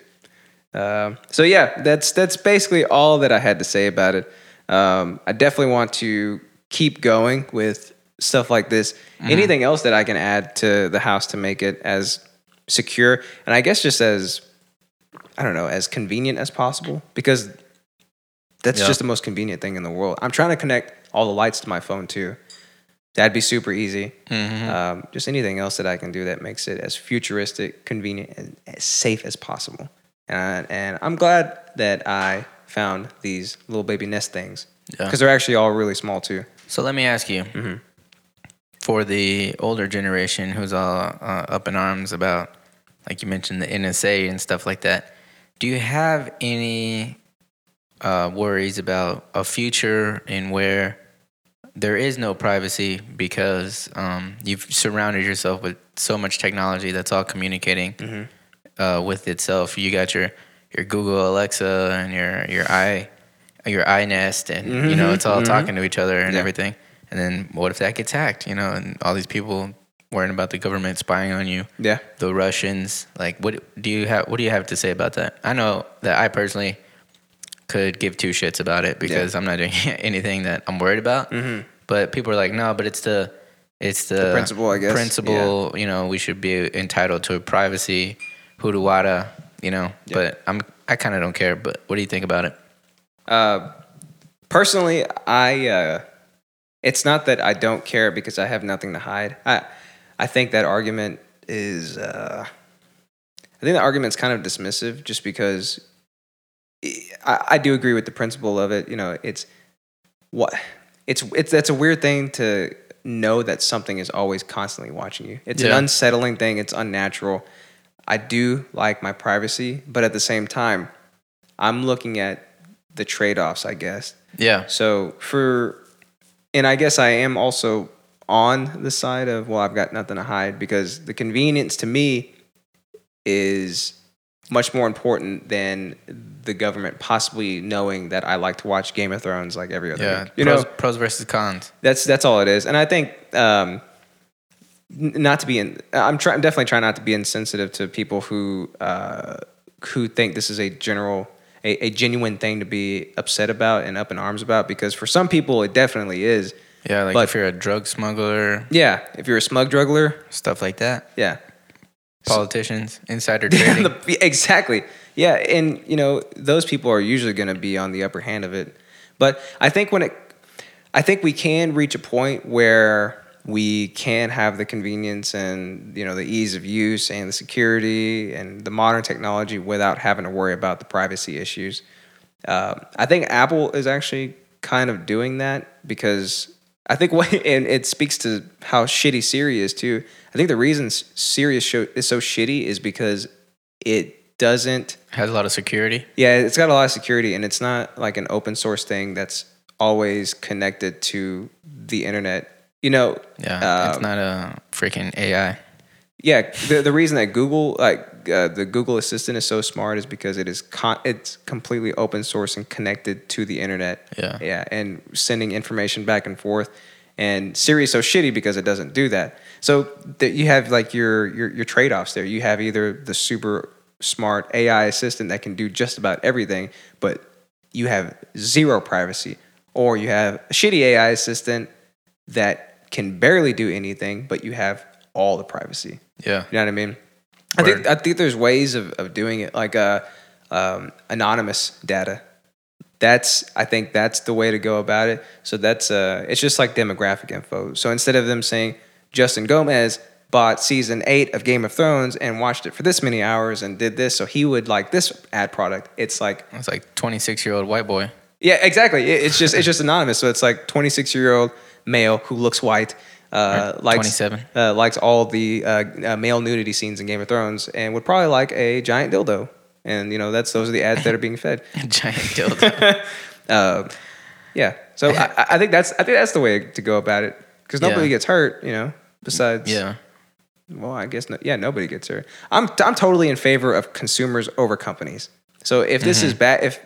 Um, so yeah, that's that's basically all that I had to say about it. Um, I definitely want to keep going with stuff like this. Anything else that I can add to the house to make it as secure and I guess just as I don't know as convenient as possible because that's Yeah. just the most convenient thing in the world. I'm trying to connect all the lights to my phone too. That'd be super easy. Mm-hmm. Um, just anything else that I can do that makes it as futuristic, convenient, and as safe as possible. And, and I'm glad that I found these little baby nest things Yeah. because they're actually all really small too. So let me ask you, Mhm. for the older generation who's all uh, up in arms about, like you mentioned, the NSA and stuff like that, do you have any uh, worries about a future in where there is no privacy because um, you've surrounded yourself with so much technology that's all communicating Mhm. uh, with itself? You got your your Google Alexa and your your i your iNest and you know Mhm, it's all mhm. talking to each other and Yeah. everything. And then what if that gets hacked? You know, and all these people worrying about the government spying on you, Yeah. the Russians. Like, what do you have? What do you have to say about that? I know that I personally could give two shits about it because I'm not doing anything that I'm worried about. Mm-hmm. But people are like, no, but it's the it's the, principle, I guess. Principle, you know, we should be entitled to privacy, huduwada, you know. Yeah. But I'm I kind of don't care. But what do you think about it? Uh, personally, I uh, it's not that I don't care because I have nothing to hide. I I think that argument is uh, I think the argument's kind of dismissive just because I, I do agree with the principle of it. You know, it's what it's it's that's a weird thing to know that something is always constantly watching you. It's Yeah. an unsettling thing. It's unnatural. I do like my privacy, but at the same time, I'm looking at the trade-offs, I guess. Yeah. So for, and I guess I am also on the side of well, I've got nothing to hide because the convenience to me is much more important than the government possibly knowing that I like to watch Game of Thrones like every other Yeah. week. You pros, know, pros versus cons. that's that's all it is. And I think um, n- not to be in, I'm try, I'm definitely trying not to be insensitive to people who uh, who think this is a general a, a genuine thing to be upset about and up in arms about because for some people it definitely is. Yeah, like But- if you're a drug smuggler, Yeah, if you're a smug druggler, stuff like that. yeah, Politicians, insider trading. The- yeah, exactly. Yeah, and you know those people are usually going to be on the upper hand of it. But I think when it, I think we can reach a point where we can have the convenience and you know the ease of use and the security and the modern technology without having to worry about the privacy issues. Uh, I think Apple is actually kind of doing that because I think what and it speaks to how shitty Siri is too. I think the reason S- Siri is, show, is so shitty is because it doesn't. has a lot of security. Yeah, it's got a lot of security, and it's not like an open source thing that's always connected to the internet. You know, Yeah. it's Um, not a freaking AI. yeah, the, the reason that Google, like uh, the Google Assistant, is so smart is because it is con- it's completely open source and connected to the internet. Yeah. yeah, and sending information back and forth. And Siri is so shitty because it doesn't do that. So that you have like your your, your trade offs there. You have either the super smart AI assistant that can do just about everything, but you have zero privacy, or you have a shitty AI assistant that can barely do anything, but you have all the privacy. Yeah. You know what I mean? I think Word. I think there's ways of, of doing it, like uh, um, anonymous data. That's I think that's the way to go about it. So that's uh, it's just like demographic info. So instead of them saying Justin Gomez bought season eight of Game of Thrones and watched it for this many hours and did this, so he would like this ad product. It's like It's like 26 year old white boy. yeah, exactly. It- It's just it's just anonymous. So it's like 26 year old male who looks white, uh, Or likes 27. uh, likes all the uh, uh, male nudity scenes in Game of Thrones, and would probably like a giant dildo. And you know that's those are the ads that are being fed. Giant dildo. Uh, yeah. So I, I- I think that's I think that's the way to go about it because Yeah. nobody gets hurt. You know, besides yeah. well, I guess no, yeah, nobody gets hurt. I'm I'm totally in favor of consumers over companies. So if this is bad, if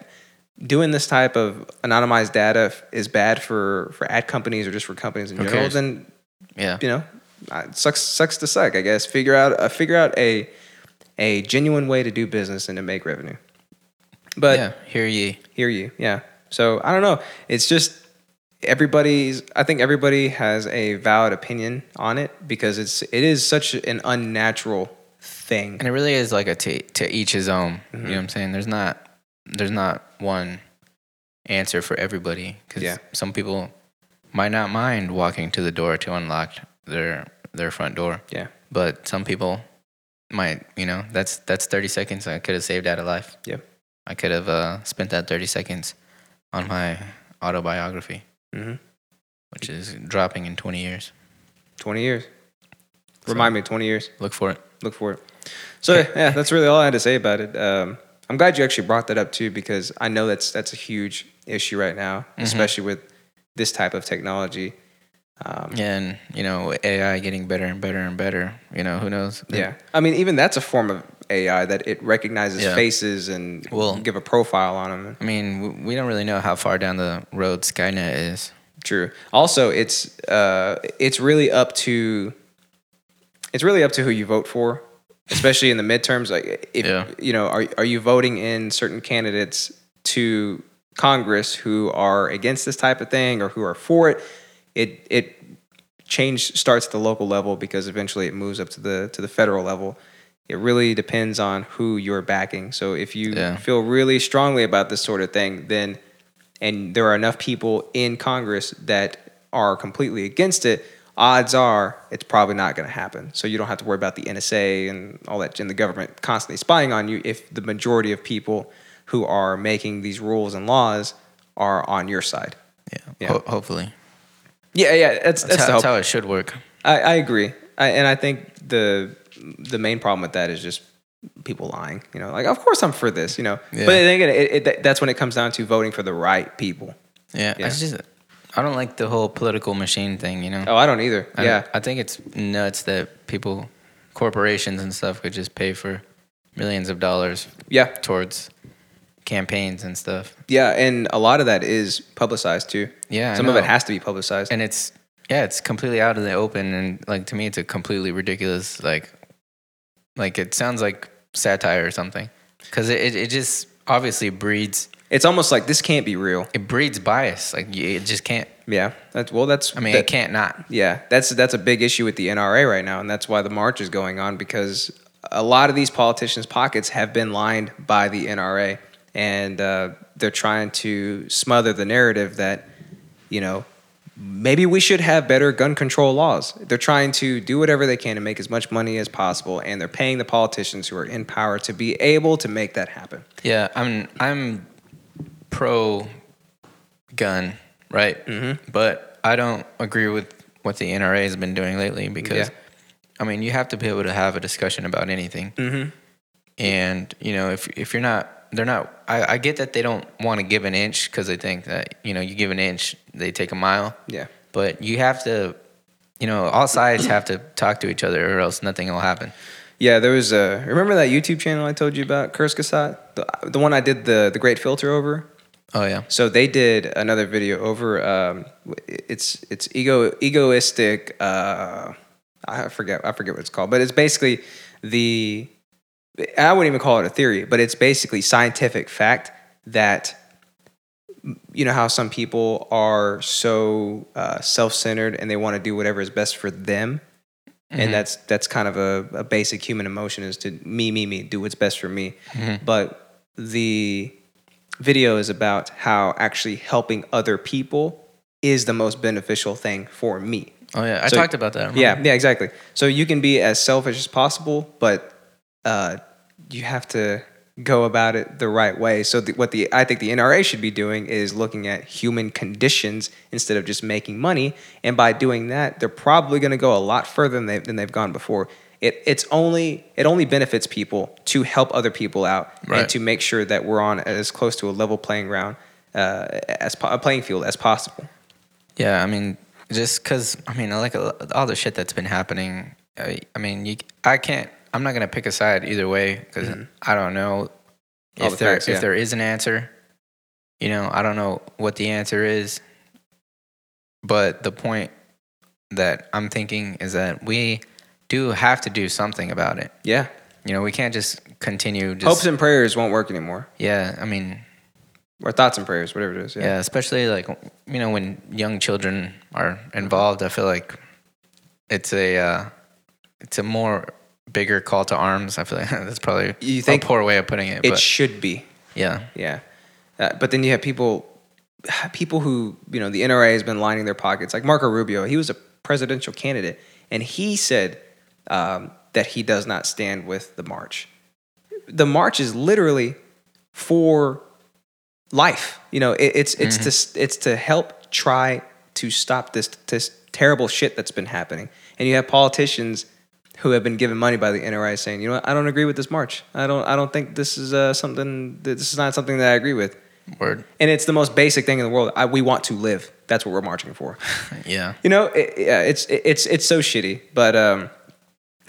doing this type of anonymized data f- is bad for for ad companies or just for companies in general, cares? then Yeah. you know, uh, it sucks sucks to suck. I guess figure out uh, figure out a a genuine way to do business and to make revenue. But yeah, hear ye. hear you. Yeah. So I don't know. It's just everybody's. I think everybody has a valid opinion on it because it's it is such an unnatural thing. And it really is like a to, to each his own. You Mm-hmm. know what I'm saying? There's not there's not one answer for everybody because Yeah. some people might not mind walking to the door to unlock their their front door. Yeah. But some people might, you know, that's that's 30 seconds I could have saved out of life. Yeah. I could have uh, spent that 30 seconds on my autobiography, hmm which is dropping in 20 years. Twenty years. Remind me, twenty years. Look for it. Look for it. So yeah, that's really all I had to say about it. Um, I'm glad you actually brought that up too because I know that's that's a huge issue right now, Mm-hmm. especially with this type of technology. Um, And, you know, AI getting better and better and better. You know, who knows? Yeah, I mean, even that's a form of AI that it recognizes Yeah. faces and Well- give a profile on them. I mean, w- we don't really know how far down the road Skynet is. True. Also, it's uh, it's really up to it's really up to who you vote for, especially in the midterms. Like, if Yeah. you know, are are you voting in certain candidates to Congress who are against this type of thing or who are for it? It it change starts at the local level because eventually it moves up to the to the federal level. It really depends on who you're backing. So if you Yeah. feel really strongly about this sort of thing, then and there are enough people in Congress that are completely against it, odds are it's probably not going to happen. So you don't have to worry about the NSA and all that and the government constantly spying on you if the majority of people who are making these rules and laws are on your side. Yeah. Yeah. Ho- hopefully. Yeah, yeah, that's that's, That's, the how, hope. that's how it should work. I, I agree, I, and I think the the main problem with that is just people lying. You know, like of course I'm for this. You know, Yeah. but then again, it, it, that's when it comes down to voting for the right people. Yeah. Yeah. It's just, I don't like the whole political machine thing, you know? Oh, I don't either. I yeah, I think it's nuts that people, corporations and stuff could just pay for millions of dollars yeah, towards campaigns and stuff. yeah, and a lot of that is publicized too. Yeah. I Some of it know. has to be publicized. and it's yeah, it's completely out in the open, and like to me, it's a completely ridiculous like, like it sounds like satire or something, because it, it it just obviously breeds it's almost like this can't be real. it breeds bias. Like you- it just can't. Yeah, that's well, that's I mean, that- it can't not. Yeah, that's that's a big issue with the NRA right now, and that's why the march is going on because a lot of these politicians' pockets have been lined by the NRA, and uh, they're trying to smother the narrative that you know maybe we should have better gun control laws. They're trying to do whatever they can to make as much money as possible, and they're paying the politicians who are in power to be able to make that happen. Yeah, I'm I'm pro gun, right? Mm-hmm. But I don't agree with what the NRA has been doing lately because, Yeah. I mean, you have to be able to have a discussion about anything. Mm-hmm. And you know, if if you're not, they're not. I, I get that they don't want to give an inch because they think that you know, you give an inch, they take a mile. Yeah, But you have to, you know, all sides have to talk to each other, or else nothing will happen. yeah. There was a remember that YouTube channel I told you about, Kurz Kassat, the the one I did the the great filter over. Oh yeah, So they did another video over. Um, it's it's ego egoistic. Uh, I forget I forget what it's called, but it's basically the. I wouldn't even call it a theory, but it's basically scientific fact that you know how some people are so uh, self-centered and they want to do whatever is best for them and that's that's kind of a, a basic human emotion is to me me me do what's best for me but the video is about how actually helping other people is the most beneficial thing for me oh yeah. I So- talked about that. remember? yeah yeah exactly so you can be as selfish as possible but uh, you have to go about it the right way so the, what the i think the nra should be doing is looking at human conditions instead of just making money and by doing that they're probably going to go a lot further than, they, than they've gone before it, it's only it only benefits people to help other people out Right. and to make sure that we're on as close to a level playing ground uh, as po- a playing field as possible Yeah, I mean, just because I mean, I like a lo- all the shit that's been happening. I, I mean, you, I can't. I'm not gonna pick a side either way because I don't know Mm-hmm. All if the there facts, if yeah. there is an answer. You know, I don't know what the answer is, but the point that I'm thinking is that we do have to do something about it. yeah You know, we can't just continue. Just, Hopes and prayers won't work anymore, yeah, I mean, or thoughts and prayers, whatever it is. yeah, especially like you know when young children are involved. I feel like it's a uh, it's a more bigger call to arms. I feel like that's probably You think- a poor way of putting it. it but should be. yeah, Yeah, uh, but then you have people, people who you know the NRA has been lining their pockets. Like Marco Rubio, he was a presidential candidate, and he said um, that he does not stand with the march. The march is literally for life. You know, it, it's it's to s- it's to help try to stop this this terrible shit that's been happening. And you have politicians who have been given money by the NRA saying, you know, what, I don't agree with this march. I don't I don't think this is uh, something that this is not something that I agree with. word. And it's the most basic thing in the world. I, we want to live. That's what we're marching for. Yeah, You know, it, yeah, it's it, it's it's so shitty, but um,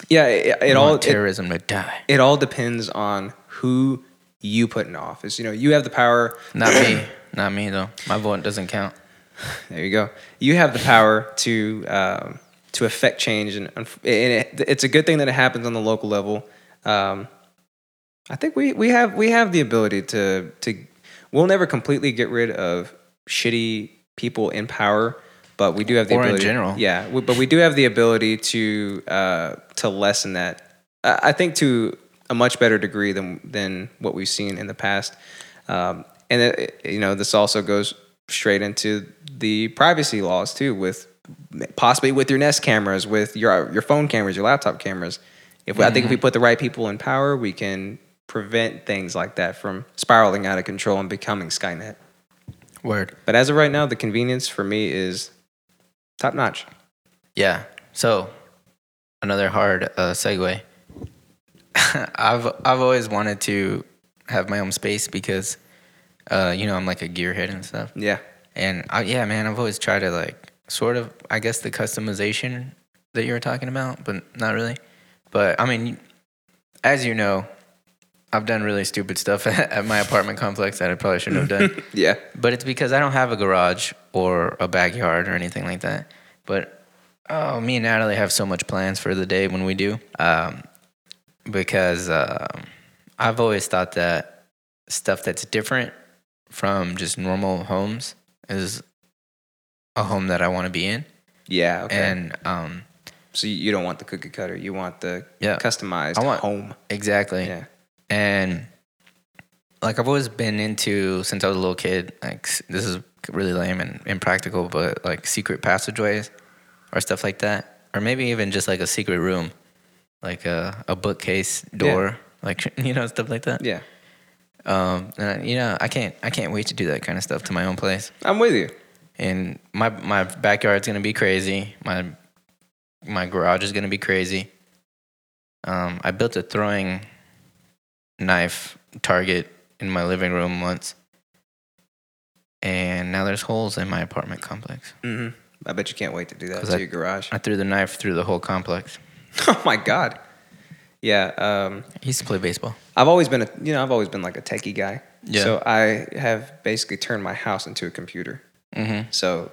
yeah, it, it We all want it, terrorism to die, it all depends on who you put in office. You know, you have the power. not me, not me though. My vote doesn't count. There you go. You have the power to um, to affect change, and, and it, it's a good thing that it happens on the local level. Um, I think we, we have we have the ability to to we'll never completely get rid of shitty people in power, but we do have the Or in ability general. Yeah, we, but we do have the ability to uh, to lessen that. I, I think to a much better degree than than what we've seen in the past. Um, and it, you know, this also goes straight into the privacy laws too, with possibly with your Nest cameras, with your your phone cameras, your laptop cameras. If we, I Mm-hmm. think if we put the right people in power, we can prevent things like that from spiraling out of control and becoming Skynet. Word. But as of right now, the convenience for me is top notch. Yeah. So another hard uh, segue. I've I've always wanted to have my own space because, uh, you know, I'm like a gearhead and stuff. Yeah. And I, yeah, man, I've always tried to like sort of, I guess, the customization that you were talking about, but not really. But I mean, as you know, I've done really stupid stuff at my apartment complex that I probably shouldn't have done. Yeah. But it's because I don't have a garage or a backyard or anything like that. But oh, me and Natalie have so much plans for the day when we do. Um, because um I've always thought that stuff that's different from just normal homes is a home that I want to be in. Yeah. Okay. And um, so you- you don't want the cookie cutter. You want the yeah, customized Uh, I want- home. exactly. Yeah. and like I've always been into since I was a little kid. Like s- this is really lame and impractical, but like secret passageways or stuff like that, or maybe even just like a secret room, like uh, a a bookcase door, like you know stuff like that. Yeah. Um, and I, you know I can't I can't wait to do that kind of stuff to my own place. I'm with you. And my my backyard's gonna be crazy. My my garage is gonna be crazy. Um, I built a throwing knife target in my living room once, and now there's holes in my apartment complex. hmm I bet you can't wait to do that Mm-hmm. 'Cause to I- your garage. I threw the knife through the whole complex. oh my god. Yeah. Um, I used to play baseball. I've always been a you know I've always been like a techie guy. Yeah. So I have basically turned my house into a computer. Mm-hmm. So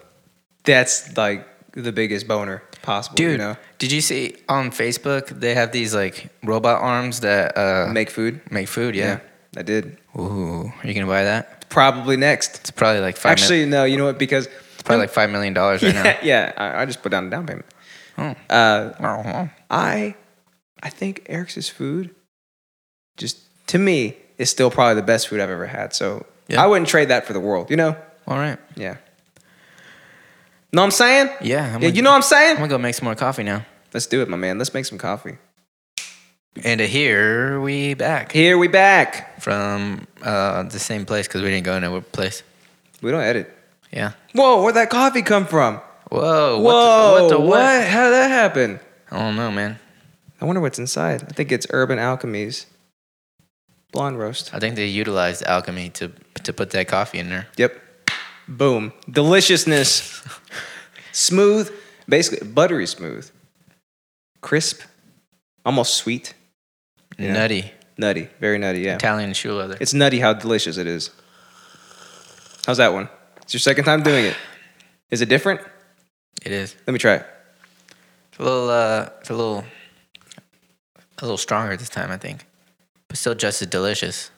that's like the biggest boner possible. Dude, you know, did you see on Facebook they have these like robot arms that uh, make make food. make food? Yeah. I did. Ooh, are you gonna buy that? Probably next. It's probably like five. mil- Actually, no. You know what? Because probably like five million dollars right yeah, yeah, I, I just put down a down payment. now. Uh, Oh. I, I think Eric's food, just to me, is still probably the best food I've ever had. So Yeah. I wouldn't trade that for the world. You know? All right. Yeah. Know what I'm saying? Yeah. I'm yeah, gonna, you know what I'm saying? I'm gonna go make some more coffee now. Let's do it, my man. Let's make some coffee. And uh, here we back Here we back. from uh, the same place because we didn't go nowhere place. We don't edit. Yeah. Whoa, where'd that coffee come from? Whoa, Whoa. What the, what the what? How did that happen? I don't know, man. I wonder what's inside. I think it's Urban Alchemy's blonde roast. I think they utilized alchemy to to put that coffee in there. Yep. Boom. Deliciousness. smooth, basically buttery smooth. Crisp, almost sweet, Yeah. Nutty nutty, very nutty, yeah. Italian shoe leather. It's nutty how delicious it is. How's that one? It's your second time doing it. Is it different? It is. Let me try it. It's a little. Uh, it's a little. a little stronger this time, I think, but still just as delicious.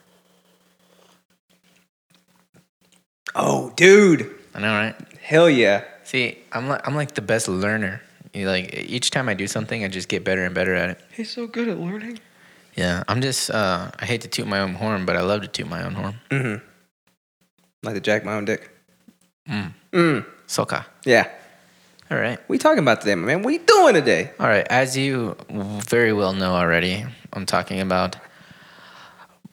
Oh, dude. I know, right? Hell yeah. See, I'm like I'm like the best learner. You like each time I do something, I just get better and better at it. He's so good at learning. Yeah, I'm just uh, I hate to toot my own horn, but I love to toot my own horn. Mm-hmm. Like the jack my own dick. Mm. Mm. Soka. Yeah. All right. We talking about today, my man. What you doing today? All right, as you very well know already, I'm talking about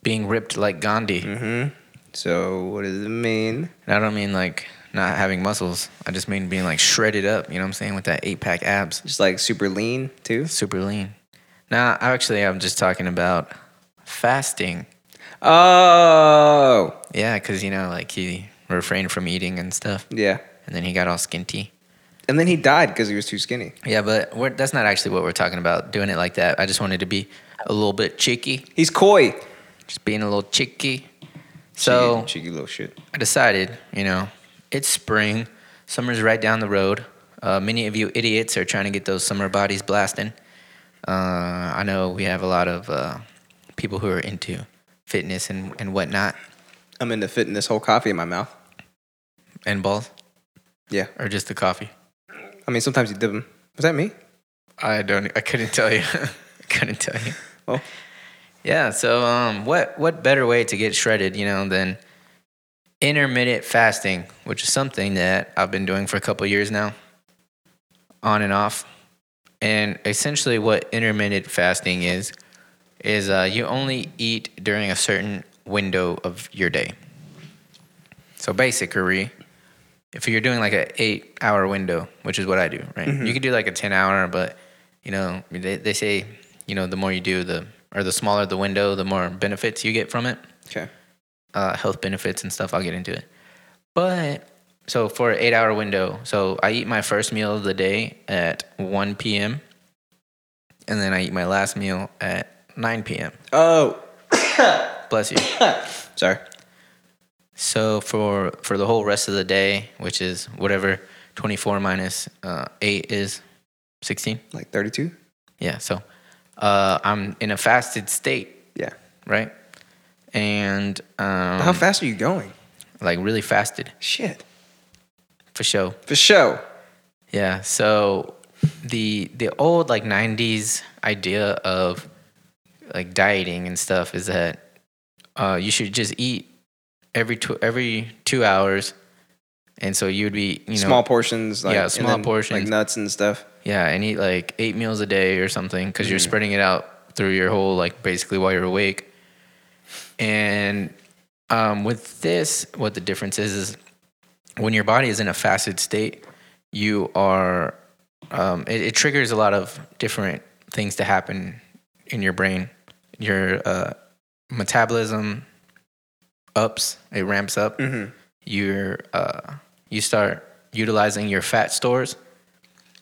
being ripped like Gandhi. Mm-hmm. So what does it mean? And I don't mean like not having muscles. I just mean being like shredded up, you know what I'm saying, with that eight pack abs, Just like super lean too. super lean. Now, I actually, I'm just talking about fasting. Oh. Yeah, because, you know, like he refrained from eating and stuff, Yeah. and then he got all skinty. And then he died because he was too skinny. Yeah, but we're, that's not actually what we're talking about, doing it like that. I just wanted to be a little bit cheeky, He's coy. just being a little cheeky. So, cheeky, cheeky little shit. I decided, you know, it's spring, summer's right down the road. Uh, many of you idiots are trying to get those summer bodies blasting. Uh, I know we have a lot of uh, people who are into fitness and, and whatnot, I'm into fitting this whole coffee in my mouth. and balls. Yeah. Or just the coffee. I mean, sometimes you dip them. Was that me? I don't. e, I couldn't tell you. couldn't tell you. Well. yeah. So, um, what what better way to get shredded, you know, than intermittent fasting, which is something that I've been doing for a couple years now, on and off. And essentially, what intermittent fasting is, is uh, you only eat during a certain window of your day. So basically, if you're doing like a eight hour window, which is what I do, right? You could do like a ten hour, but you know they, they say you know the more you do the or the smaller the window, the more benefits you get from it, Okay. uh, health benefits and stuff. I'll get into it, but so for an eight hour window, so I eat my first meal of the day at one p.m. and then I eat my last meal at nine p.m. Oh. Bless you. Sorry. So for for the whole rest of the day, which is whatever twenty four minus uh, eight is, sixteen. Like 32? Yeah. So uh, I'm in a fasted state, Yeah. right? And um, How fast are you going? like really fasted Shit. for sure. For show. Yeah. So the the old like '90s idea of like dieting and stuff is that uh, you should just eat every two every two hours, and so you would be you know small portions. Like, Yeah, and small then, Like portions. nuts and stuff. Yeah, and eat like eight meals a day or something because you're spreading it out through your whole like basically while you're awake. And um, with this, what the difference is is when your body is in a fasted state, you are um, it, it triggers a lot of different things to happen in your brain. Your uh, metabolism ups; it ramps up Mm-hmm. you're uh, you start utilizing your fat stores.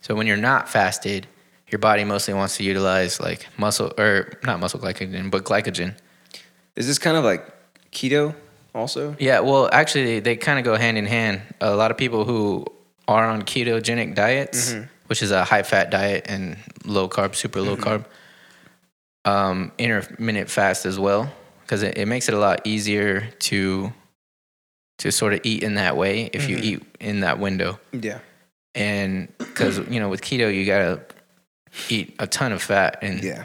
So when you're not fasted, your body mostly wants to utilize like muscle or not muscle glycogen, but glycogen. Is this kind of like keto also? Yeah, well, actually, they kind of go hand in hand. A lot of people who are on ketogenic diets, which is a high fat diet and low carb, super low carb, um, intermittent fast as well, because it, it makes it a lot easier to to sort of eat in that way if you eat in that window. Yeah. and because you know with keto you gotta eat a ton of fat and Yeah.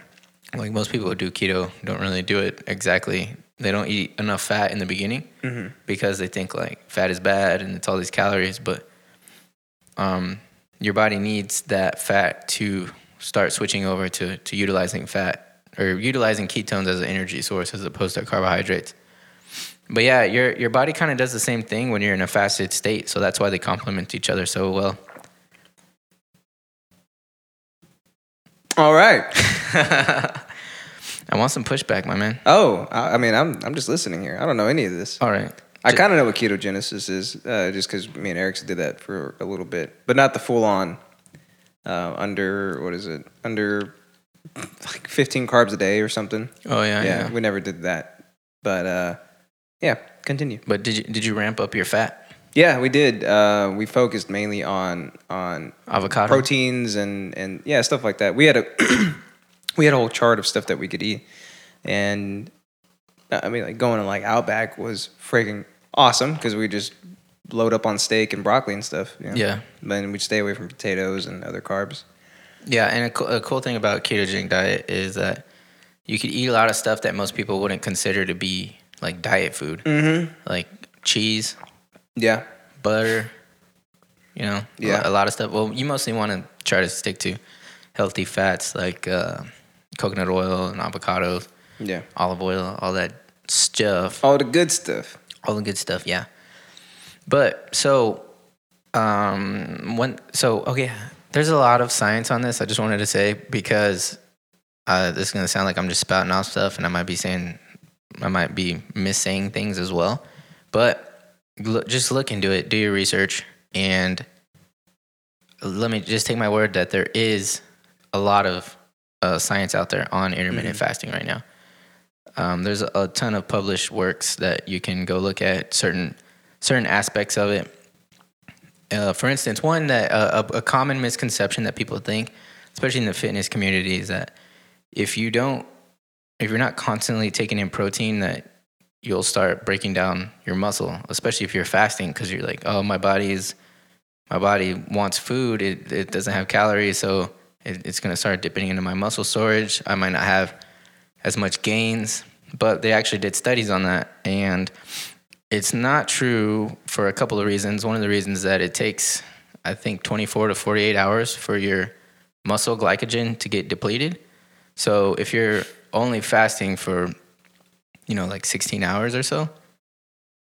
like most people who do keto don't really do it exactly they don't eat enough fat in the beginning Mm-hmm. because they think like fat is bad and it's all these calories but um your body needs that fat to start switching over to to utilizing fat or utilizing ketones as an energy source as opposed to carbohydrates but yeah your your body kind of does the same thing when you're in a fasted state so that's why they complement each other so well All right. I want some pushback, my man. Oh, I, I mean, I'm, I'm just listening here. I don't know any of this. All right. I Ju- kind of know what ketogenesis is, uh, just because me and Eric did that for a little bit, but not the full on. Uh, under what is it? Under like 15 carbs a day or something. Oh yeah, yeah, yeah. we never did that, but uh, yeah, continue. But did you did you ramp up your fat? Yeah, we did. Uh, we focused mainly on on Uh-huh. Avocado. proteins and and yeah stuff like that. We had a we had a whole chart of stuff that we could eat, and uh, I mean, like going to like Outback was freaking awesome because we just load up on steak and broccoli and stuff. you know? Yeah. Then we'd stay away from potatoes and other carbs. Yeah, and a, co- a cool thing about ketogenic diet is that you could eat a lot of stuff that most people wouldn't consider to be like diet food, Mm-hmm. like cheese, Yeah. butter, you know, a- Yeah. a, lot of stuff. Well, you mostly want to try to stick to healthy fats like uh, coconut oil and avocados, Yeah. olive oil, all that stuff, All the good stuff. all the good stuff. Yeah, but so um, when so okay, there's a lot of science on this. I just wanted to say because uh, this is gonna sound like I'm just spouting off stuff, and I might be saying I might be missaying things as well. But look, just look into it, do your research, and let me just take my word that there is a lot of uh, science out there on intermittent fasting right now. Um, there's a ton of published works that you can go look at certain certain aspects of it. Uh, for instance, one that uh, a, a common misconception that people think, especially in the fitness community, is that if you don't, if you're not constantly taking in protein, that you'll start breaking down your muscle, especially if you're fasting, because you're like, oh, my body's, my body wants food. It it doesn't have calories, so it, it's gonna start dipping into my muscle storage. I might not have as much gains, but they actually did studies on that and it's not true for a couple of reasons. One of the reasons is that it takes, I think, 24 to 48 hours for your muscle glycogen to get depleted. So if you're only fasting for, you know, like 16 hours or so,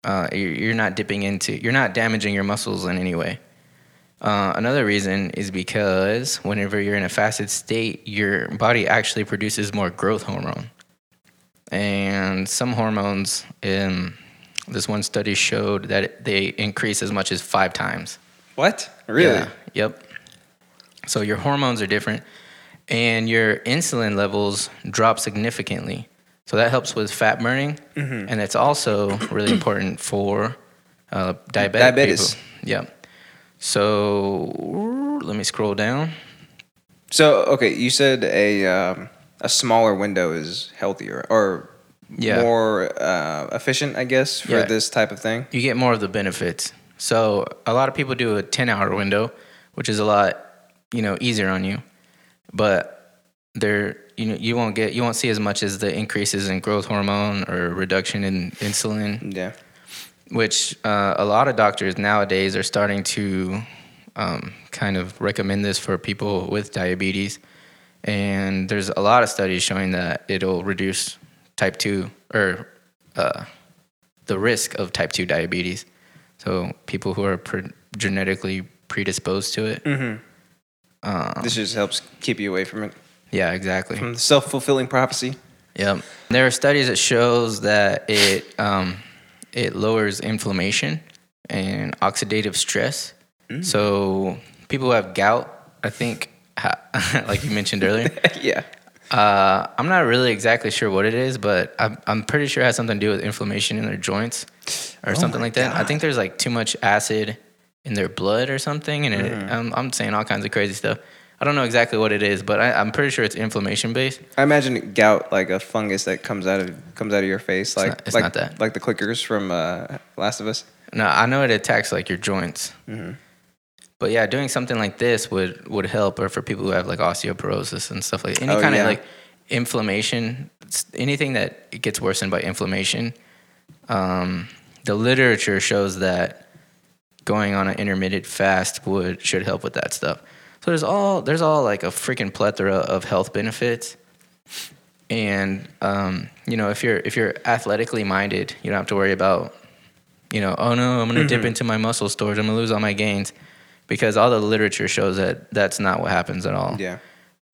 uh, you're you're not dipping into, you're not damaging your muscles in any way. Uh, another reason is because whenever you're in a fasted state, your body actually produces more growth hormone. And some hormones, in this one study showed that they increase as much as five times. What? Really? Yeah. Yep. So your hormones are different and your insulin levels drop significantly. So that helps with fat burning Mm-hmm. and it's also really important for uh, diabetic Diabetes. people. Yep. So let me scroll down. So okay, you said a um, a smaller window is healthier or Yeah. more uh, efficient, I guess, for Yeah. this type of thing. you get more of the benefits. So a lot of people do a 10 hour window, which is a lot, you know, easier on you. But there you know you won't get you won't see as much as the increases in growth hormone or reduction in insulin, Yeah. which uh, a lot of doctors nowadays are starting to um, kind of recommend this for people with diabetes. And there's a lot of studies showing that it'll reduce type 2 or uh, the risk of type 2 diabetes. So people who are pre- genetically predisposed to it. Mm-hmm. Um, This just helps keep you away from it. yeah, exactly. From the self fulfilling prophecy. Yep. There are studies that shows that it um, it lowers inflammation and oxidative stress. So people who have gout, I think, ha- like you mentioned earlier, yeah. uh, I'm not really exactly sure what it is, but I'm, I'm pretty sure it has something to do with inflammation in their joints or something my like that. I think there's like too much acid in their blood or something, and it, I'm, I'm saying all kinds of crazy stuff. I don't know exactly what it is, but I, I'm pretty sure it's inflammation based. I imagine gout like a fungus that comes out of comes out of your face, like not- it's like not that. like the clickers from uh, Last of Us. No, I know it attacks like your joints. Mm-hmm. But yeah, doing something like this would would help, or for people who have like osteoporosis and stuff like any Oh, kind yeah. of like inflammation, s- anything that it gets worsened by inflammation. Um, the literature shows that going on an intermittent fast would should help with that stuff. So there's all there's all like a freaking plethora of health benefits. And um, you know, if you're if you're athletically minded, you don't have to worry about you know, oh no, I'm gonna dip into my muscle storage, I'm gonna lose all my gains, because all the literature shows that that's not what happens at all. Yeah.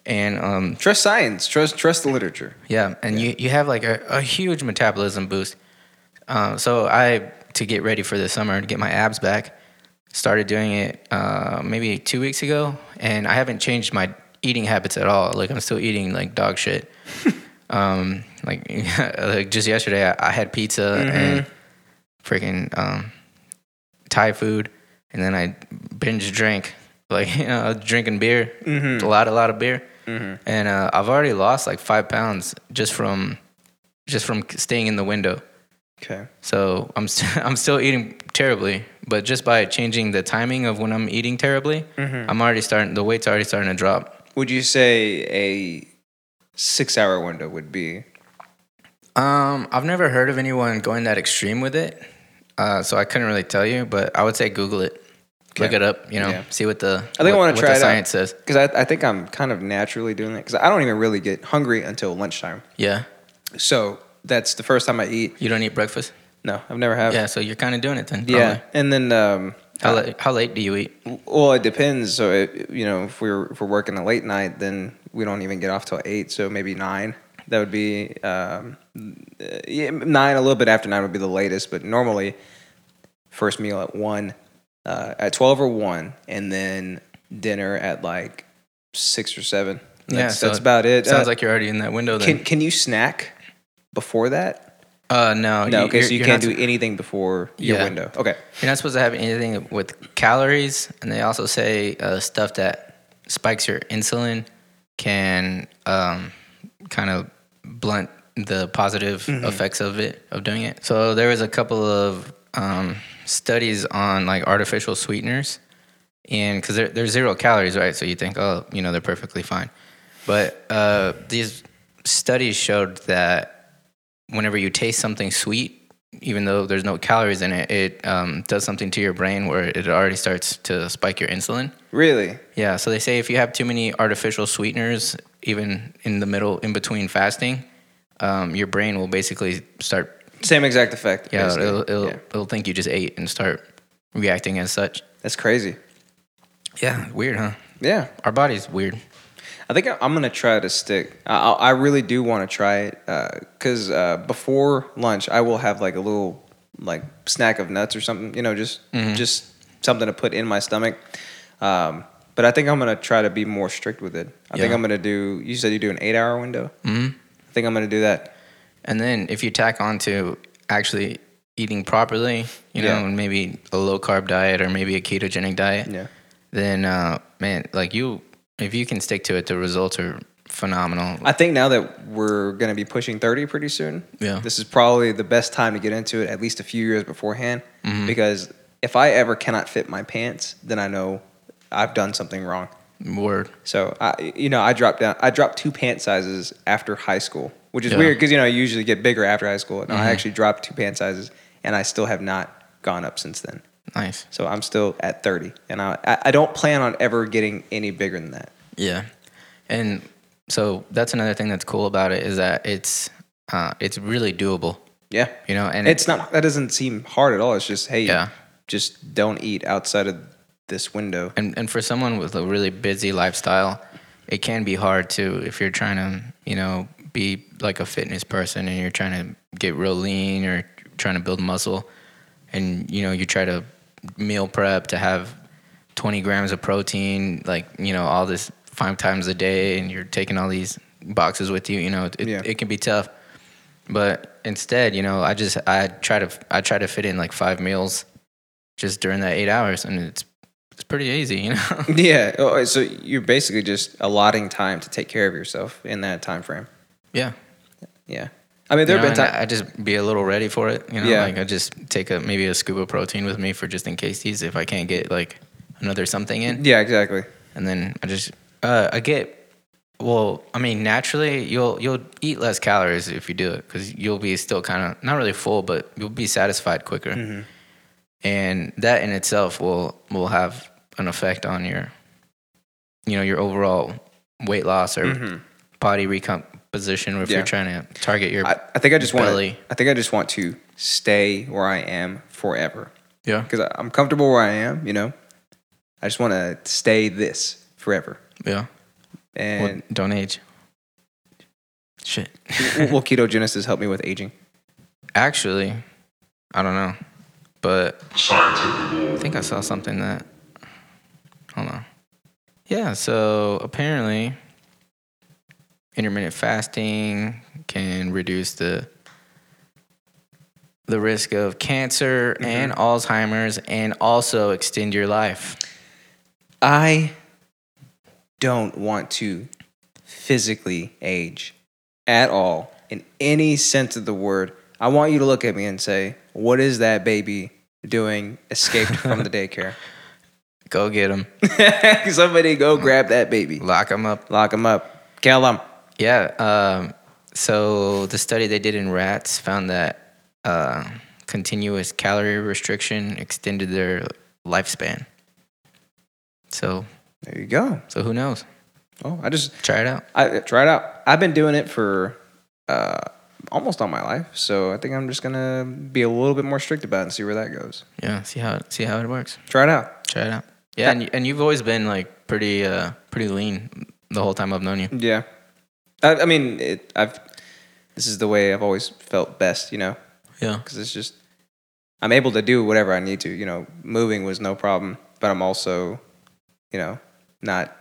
And um, Trust science. Trust trust the literature. yeah, and you you have like a, a huge metabolism boost. Uh, so I to get ready for the summer to get my abs back, started doing it uh, maybe two weeks ago, and I haven't changed my eating habits at all. Like I'm still eating like dog shit. um, like like just yesterday, I, I had pizza and freaking um, Thai food, Mm-hmm. and then I binge drank like you know I was drinking beer, a lot a lot of beer. and uh, I've already lost like five pounds just from just from staying in the window. Okay. So I'm st- I'm still eating terribly, but just by changing the timing of when I'm eating terribly, I'm already starting. The weight's already starting to drop. Would you say a six hour window would be Um, I've never heard of anyone going that extreme with it, uh, so I couldn't really tell you. But I would say Google it, look Okay. it up. You know, Yeah. see what the I think I what- wanna what try the it out. science says. because I, I think I'm kind of naturally doing that because I don't even really get hungry until lunchtime. Yeah, So that's the first time I eat. you don't eat breakfast. No, I've never had. Yeah, so you're kind of doing it then. Yeah. probably. And then, um, How late, how late do you eat? well, it depends. So, it, you know, if we're if we're working a late night, then we don't even get off till eight. So maybe nine. That would be um, uh, yeah, nine. A little bit after nine would be the latest. But normally, first meal at one, uh, at twelve or one, and then dinner at like six or seven. Yeah, That's, so that's about it. Sounds Uh, like you're already in that window then. Can Can you snack before that? uh, no, No, you- okay. you're- So you you're can't not- do anything before your Yeah. window. Okay. You're not supposed to have anything with calories, and they also say uh, stuff that spikes your insulin can um, kind of blunt the positive Mm-hmm. effects of it of doing it. So there was a couple of um, studies on like artificial sweeteners, and because they're, they're zero calories, right? So you think, oh, you know, they're perfectly fine, but uh, these studies showed that whenever you taste something sweet, even though there's no calories in it, it um, does something to your brain where it already starts to spike your insulin. Really? Yeah, so they say if you have too many artificial sweeteners, even in the middle, in between fasting, um, your brain will basically start, Same exact effect. yeah, basically. it'll, it'll, Yeah. it'll think you just ate and start reacting as such. That's crazy. Yeah, weird, huh? Yeah. Our body's weird. I think I- I'm gonna try to stick. I, I I really do want to try it because uh, before lunch I will have like a little like snack of nuts or something. You know, just Mm-hmm. just something to put in my stomach. Um, but I think I'm gonna try to be more strict with it. I think Yeah. I'm gonna do. You said you do an eight hour window. Mm-hmm. I think I'm gonna do that. And then if you tack on to actually eating properly, you know, Yeah. and maybe a low carb diet or maybe a ketogenic diet, Yeah. then uh, man, like you, if you can stick to it, the results are phenomenal. I think now that we're going to be pushing 30 pretty soon, Yeah. this is probably the best time to get into it, at least a few years beforehand. Mm-hmm. Because if I ever cannot fit my pants, then I know I've done something wrong. Word. So, I, you know, I dropped down, I dropped two pant sizes after high school, which is Yeah. Mm-hmm. weird because, you know, I usually get bigger after high school. No, I actually dropped two pant sizes and I still have not gone up since then. Nice. So I'm still at 30 and I, I I don't plan on ever getting any bigger than that. Yeah. And so that's another thing that's cool about it is that it's uh, it's really doable, Yeah. you know, and it's not that doesn't seem hard at all. It's just hey, Yeah. just don't eat outside of this window. and and for someone with a really busy lifestyle, it can be hard too if you're trying to, you know, be like a fitness person and you're trying to get real lean or trying to build muscle and you know, you try to meal prep to have 20 grams of protein like, you know, all this five times a day and you're taking all these boxes with you, you know, it, Yeah. it can be tough. But instead, you know, I just I try to I try to fit in like five meals just during that 8 hours and it's it's pretty easy, you know. Yeah. oh, So you're basically just allotting time to take care of yourself in that time frame. yeah. Yeah. I mean, there You know, have been and times. I, I just be a little ready for it. You know, Yeah. like I just take a maybe a scoop of protein with me for just in case these if I can't get like another something in, Yeah, exactly. and then I just uh, I get. Well, I mean, naturally you'll you'll eat less calories if you do it because you'll be still kind of not really full, but you'll be satisfied quicker, Mm-hmm. and that in itself will will have an effect on your, you know, your overall weight loss or body recomposition. Or if Mm-hmm. Yeah. you're trying to target your I, I think I just want. Belly. I think I just want to stay where I am forever yeah because I'm comfortable where I am. You know, I just want to stay this forever. yeah. Well, And don't age. Shit. will, will ketogenesis help me with aging? Actually, I don't know, but I think I saw something that. Hold on. Yeah. So apparently, intermittent fasting can reduce the the risk of cancer and Alzheimer's, and also extend your life. I don't want to physically age at all in any sense of the word. I want you to look at me and say, "What is that baby doing? Escaped from the daycare? Go get him. Somebody go grab that baby, Lock him up. lock him up, kill him." Yeah. Um, so the study they did in rats found that uh, continuous calorie restriction extended their lifespan. So, There you go. so who knows? Oh, I just Try it out. I try it out. I've been doing it for uh, almost all my life, so I think I'm just gonna be a little bit more strict about it and see where that goes. Yeah. See how see how it works. Try it out. Try it out. Yeah, and, you- and you've always been like pretty uh pretty lean the whole time I've known you. Yeah, I, I mean, it, I've this is the way I've always felt best, you know, Yeah. because it's just I'm able to do whatever I need to. You know, moving was no problem, but I'm also, you know, not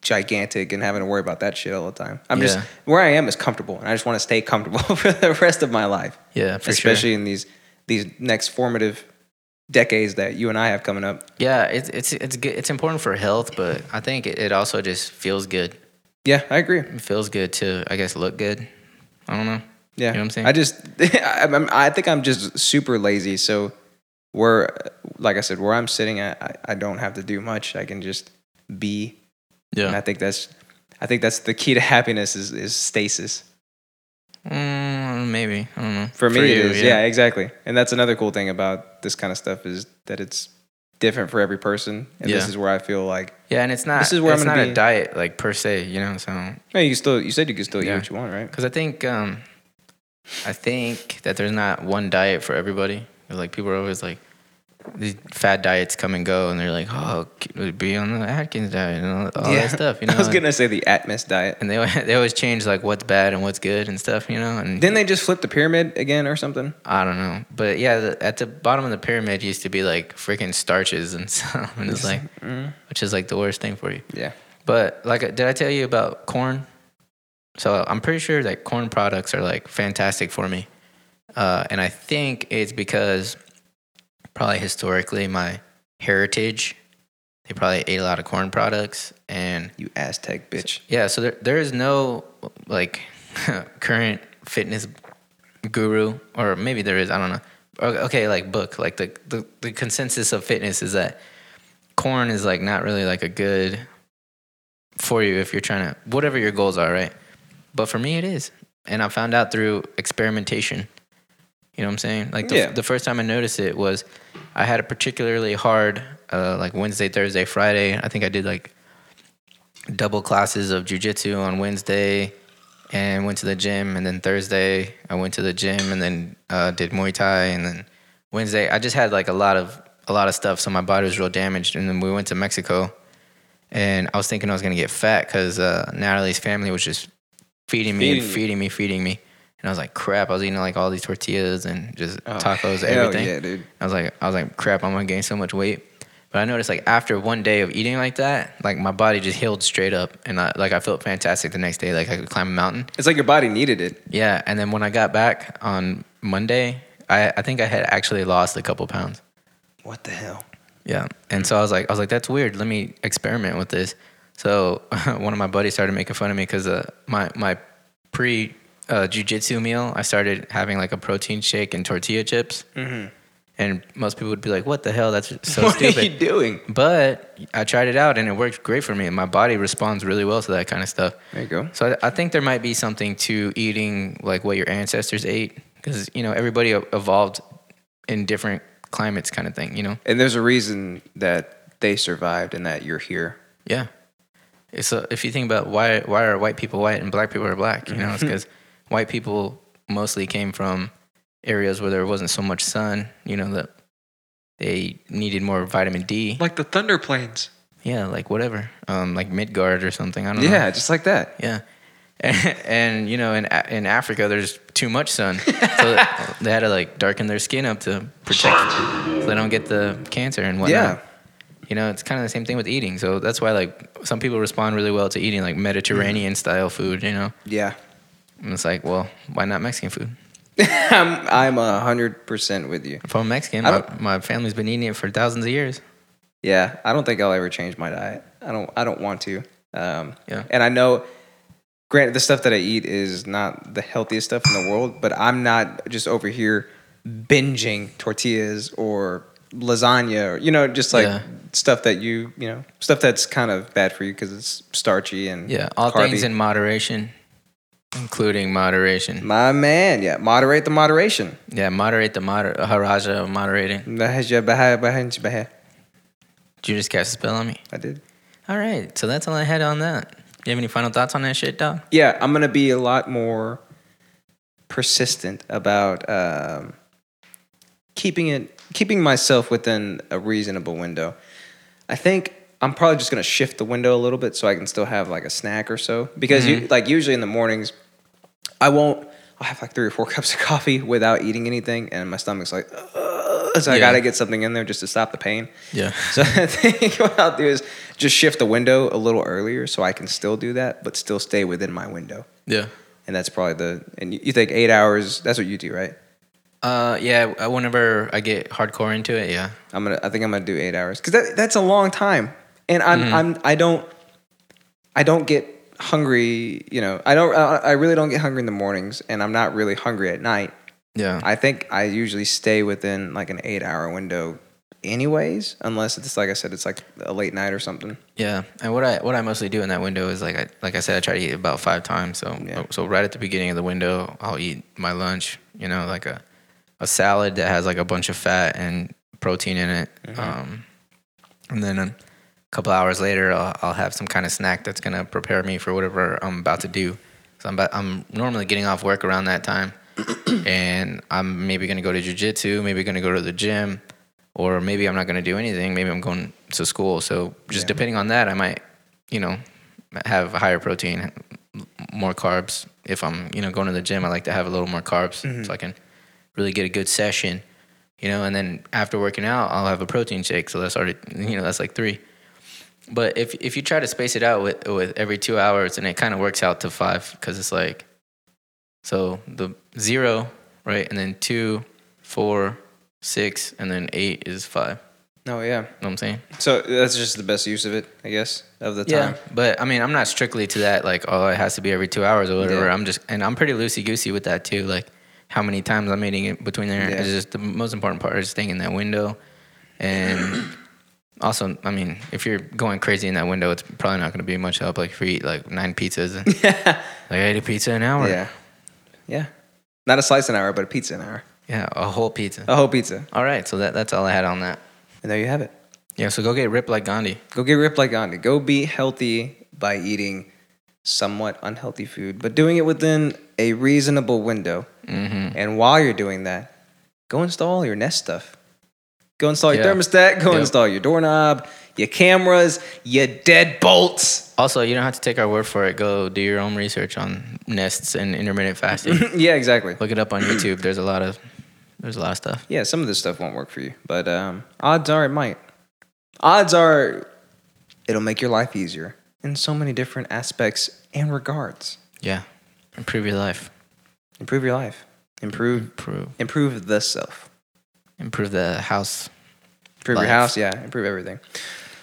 gigantic and having to worry about that shit all the time. I'm just Yeah. where I am is comfortable, and I just want to stay comfortable for the rest of my life. Yeah, for sure. especially in these these next formative decades that you and I have coming up. Yeah, it's it's it's good. It's important for health, but I think it, it also just feels good. Yeah, I agree. It feels good to I guess look good. I don't know. Yeah, know what I'm saying? I just I, I'm, I think I'm just super lazy. So where, like I said, where I'm sitting at, I, I don't have to do much. I can just be, and I think that's I think that's the key to happiness is is stasis. Mm, maybe I don't know. For me, it you, is. Yeah. exactly. And that's another cool thing about this kind of stuff is that it's different for every person. And this Yeah. is where I feel like Yeah, and it's not. This is where I'm it's gonna not be- a diet like per se, you know. So no, you can still you said you could still eat Yeah. what you want, right? because I think um, I think that there's not one diet for everybody. Like people are always like, these fad diets come and go, and they're like, oh, be on the Atkins diet and all, all that stuff. You know, I was and- gonna say the Atmos diet. and they they always change like what's bad and what's good and stuff, you know. And Didn't they just flip the pyramid again or something? I don't know, but yeah, the, at the bottom of the pyramid used to be like freaking starches and stuff, and it's like, which is like the worst thing for you. Mm, Yeah. But like, did I tell you about corn? So I'm pretty sure that corn products are like fantastic for me, uh, and I think it's because probably historically my heritage, they probably ate a lot of corn products, and You Aztec bitch. yeah, so there there is no like current fitness guru, or maybe there is. I don't know. O- Okay, like book, like the, the the consensus of fitness is that corn is like not really like a good for you if you're trying to whatever your goals are, right? But for me, it is, and I found out through experimentation. You know what I'm saying? Like the, Yeah. the first time I noticed it was I had a particularly hard uh, like Wednesday, Thursday, Friday. I think I did like double classes of jujitsu on Wednesday and went to the gym. And then Thursday, I went to the gym and then uh, did Muay Thai. And then Wednesday, I just had like a lot of a lot of stuff, so my body was real damaged. And then we went to Mexico, and I was thinking I was gonna get fat because uh, Natalie's family was just feeding me Feeding and you. feeding me, feeding me. And I was like, crap! I was eating like all these tortillas and just tacos, Oh, hell everything. Yeah, dude. I was like, I was like, crap, I'm gonna gain so much weight. But I noticed like after one day of eating like that, like my body just healed straight up, and I, like I felt fantastic the next day. Like I could climb a mountain. It's like your body needed it. Yeah, and then when I got back on Monday, I, I think I had actually lost a couple pounds. What the hell? Yeah, and so I was like, I was like, that's weird. Let me experiment with this. So one of my buddies started making fun of me because uh, my my pre uh, jujitsu meal, I started having like a protein shake and tortilla chips. And most people would be like, "What the hell? That's so Mm-hmm. what stupid." are you doing? But I tried it out and it worked great for me. And my body responds really well to that kind of stuff. There you go. So I, I think there might be something to eating like what your ancestors ate because, you know, everybody e- evolved in different climates kind of thing, you know? And there's a reason that they survived and that you're here. Yeah. So if you think about why, why are white people white and black people are black, you know, it's because white people mostly came from areas where there wasn't so much sun, you know, that they needed more vitamin D. Like the Thunder Plains. Yeah, like whatever, um, like Midgard or something. I don't know. Yeah, just like that. Yeah. And, and you know, in A- in Africa, there's too much sun, so they had to like darken their skin up to protect, so they don't get the cancer and whatnot. Yeah. You know, it's kind of the same thing with eating. So that's why like some people respond really well to eating like Mediterranean Mm. style food. You know, Yeah. and it's like, well, why not Mexican food? I'm I'm a hundred percent with you. If I'm Mexican, I my, my family's been eating it for thousands of years. Yeah, I don't think I'll ever change my diet. I don't. I don't want to. Um, Yeah. And I know Granted, the stuff that I eat is not the healthiest stuff in the world, but I'm not just over here binging tortillas or lasagna or you know just like Yeah. stuff that you you know stuff that's kind of bad for you because it's starchy and Yeah, all carby. things in moderation, including moderation. my man yeah moderate the moderation Yeah, moderate the moder haraja of moderating. I Did you just cast a spell on me? did All right, so that's all I had on that. You have any final thoughts on that shit, dog? yeah, I'm gonna be a lot more persistent about um, keeping it, keeping myself within a reasonable window. I think I'm probably just gonna shift the window a little bit so I can still have like a snack or so because you like usually in the mornings I won't. I'll have like three or four cups of coffee without eating anything, and my stomach's like, "Ugh," so I Yeah. gotta get something in there just to stop the pain. Yeah. So I think what I'll do is just shift the window a little earlier so I can still do that, but still stay within my window. Yeah. And that's probably the and you, you think eight hours? That's what you do, right? Uh, yeah. I- Whenever I get hardcore into it, yeah. I'm gonna. I think I'm gonna do eight hours because that that's a long time, and I'm I'm I don't I don't get hungry. You know, I don't. I, I really don't get hungry in the mornings, and I'm not really hungry at night. Yeah. I think I usually stay within like an eight hour window, anyways, unless it's like I said, it's like a late night or something. Yeah, and what I what I mostly do in that window is like I like I said I try to eat about five times. So Yeah. so right at the beginning of the window, I'll eat my lunch. You know, like a a salad that has like a bunch of fat and protein in it. Um, and then a couple hours later, I'll, I'll have some kind of snack that's gonna prepare me for whatever I'm about to do. So I'm about, I'm normally getting off work around that time, and I'm maybe gonna go to jujitsu, maybe gonna go to the gym or maybe I'm not going to do anything. Maybe I'm going to school. So just depending on that, I might, you know, have higher protein, more carbs. If I'm, you know, going to the gym, I like to have a little more carbs so I can really get a good session, you know. And then after working out, I'll have a protein shake. So that's already, you know, that's like three. But if if you try to space it out with with every two hours, and it kind of works out to five because it's like, so the zero right, and then two, four, six, and then eight is five. Oh yeah. You know what I'm saying? So that's just the best use of it, I guess, of the time. But I mean, I'm not strictly to that, like, oh, it has to be every two hours or whatever. Yeah. I'm just, and I'm pretty loosey goosey with that too. Like, how many times I'm eating it between there Yeah. is just the most important part is staying in that window. And also, I mean, if you're going crazy in that window, it's probably not going to be much help. Like, if you eat like nine pizzas, and, like, I ate a pizza an hour. Yeah. Yeah. Not a slice an hour, but a pizza an hour. Yeah, a whole pizza. A whole pizza. All right. So that, that's all I had on that. And there you have it. Yeah. So go get ripped like Gandhi. Go get ripped like Gandhi. Go be healthy by eating somewhat unhealthy food, but doing it within a reasonable window. Mm-hmm. And while you're doing that, go install your Nest stuff. Go install your Yeah. thermostat. Go Yep. install your doorknob, your cameras, your deadbolts. Also, you don't have to take our word for it. Go do your own research on nests and intermittent fasting. yeah, exactly. Look it up on YouTube. There's a lot of there's a lot of stuff. Yeah, some of this stuff won't work for you, but um, odds are it might. Odds are it'll make your life easier in so many different aspects and regards. Yeah. Improve your life. Improve your life. Improve Improve improve the self. improve the house. Improve Life. your house, yeah, improve everything.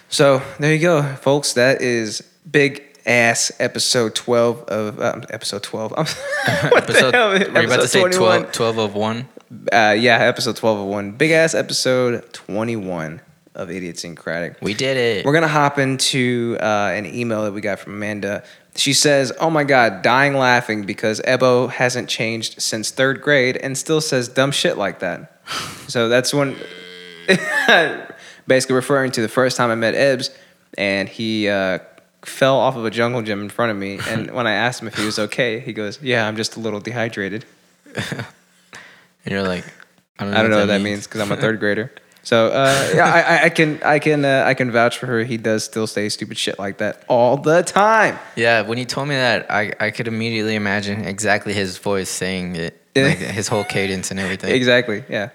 So there you go, folks. That is big ass episode twelve of um, episode twelve. I'm what the hell? were you about to say 21. 12, 12 of one? Uh, yeah, episode twelve of one. Big ass episode twenty one of Idiosyncratic. We did it. We're gonna hop into uh, an email that we got from Amanda. She says, "Oh my God, dying laughing because Ebo hasn't changed since third grade and still says dumb shit like that." so that's when, basically referring to the first time I met Ebbs, and he uh, fell off of a jungle gym in front of me. And when I asked him if he was okay, he goes, "Yeah, I'm just a little dehydrated." and you're like, I don't know, I don't know what that means because I'm a third grader. So uh, yeah, I, I- I can I can uh, I can vouch for her. He does still say stupid shit like that all the time. Yeah, when you told me that, I, I could immediately imagine exactly his voice saying it. Yeah. Like his whole cadence and everything. Exactly. Yeah.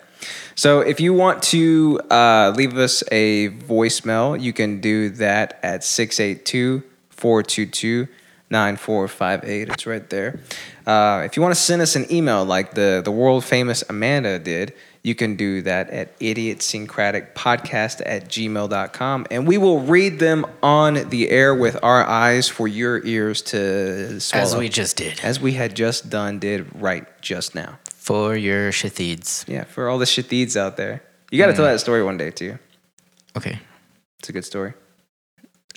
So if you want to uh, leave us a voicemail, you can do that at 682-422-9458. It's right there. Uh, if you want to send us an email like the, the world famous Amanda did, you can do that at idiotsyncraticpodcast at gmail.com. And we will read them on the air with our eyes for your ears to swallow. As we just did. As we had just done, did right just now. For your shatheeds. Yeah, for all the shatheeds out there. You got to Mm. tell that story one day, too. Okay. It's a good story.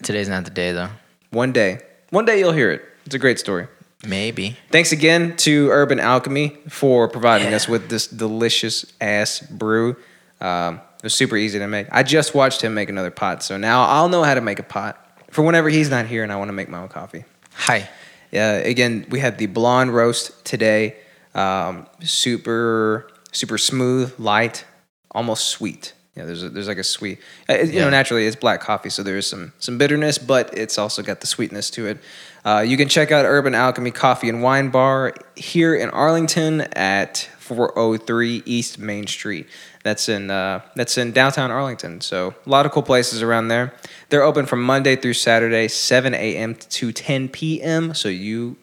Today's not the day, though. One day. One day you'll hear it. It's a great story. Maybe. Thanks again to Urban Alchemy for providing Yeah. us with this delicious ass brew. Um, it was super easy to make. I just watched him make another pot, so now I'll know how to make a pot for whenever he's not here and I want to make my own coffee. Hi. Yeah, again, we had the blonde roast today. Um, super, super smooth, light, almost sweet. Yeah, there's a, there's like a sweet. uh, it- You know, Yeah. naturally it's black coffee, so there is some some bitterness, but it's also got the sweetness to it. Uh, you can check out Urban Alchemy Coffee and Wine Bar here in Arlington at 403 East Main Street. That's in uh, that's in downtown Arlington. So a lot of cool places around there. They're open from Monday through Saturday, 7 a.m. to 10 p.m. So you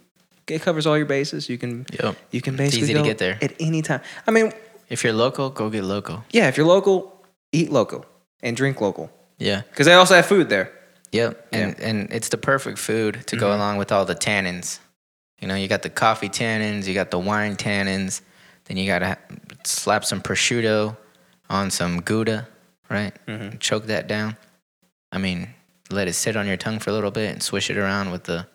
it covers all your bases. You can Yep. you can It's basically easy to go get there. at any time. I mean, If you're local, go get local. yeah, if you're local, eat local and drink local Yeah. because they also have food there. Yep. And and it's the perfect food to go along with all the tannins. You know, you got the coffee tannins, you got the wine tannins, then you got to slap some prosciutto on some gouda, right? Mhm. Choke that down. I mean, let it sit on your tongue for a little bit and swish it around with the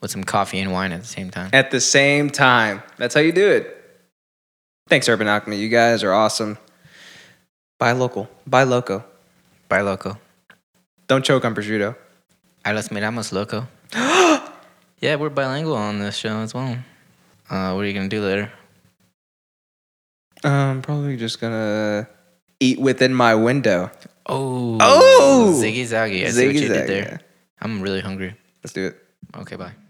with some coffee and wine at the same time. At the same time, that's how you do it. Thanks, Urban Alchemy. You guys are awesome. Buy local. Buy loco. Bye loco. Don't choke on prosciutto. A los miramos loco. yeah, we're bilingual on this show as well. Uh, what are you gonna do later? I'm Um, probably just gonna eat within my window. Oh, Oh! ziggy zaggy. I see what you Ziggy-zag, did there. yeah. I'm really hungry. Let's do it. Okay, bye.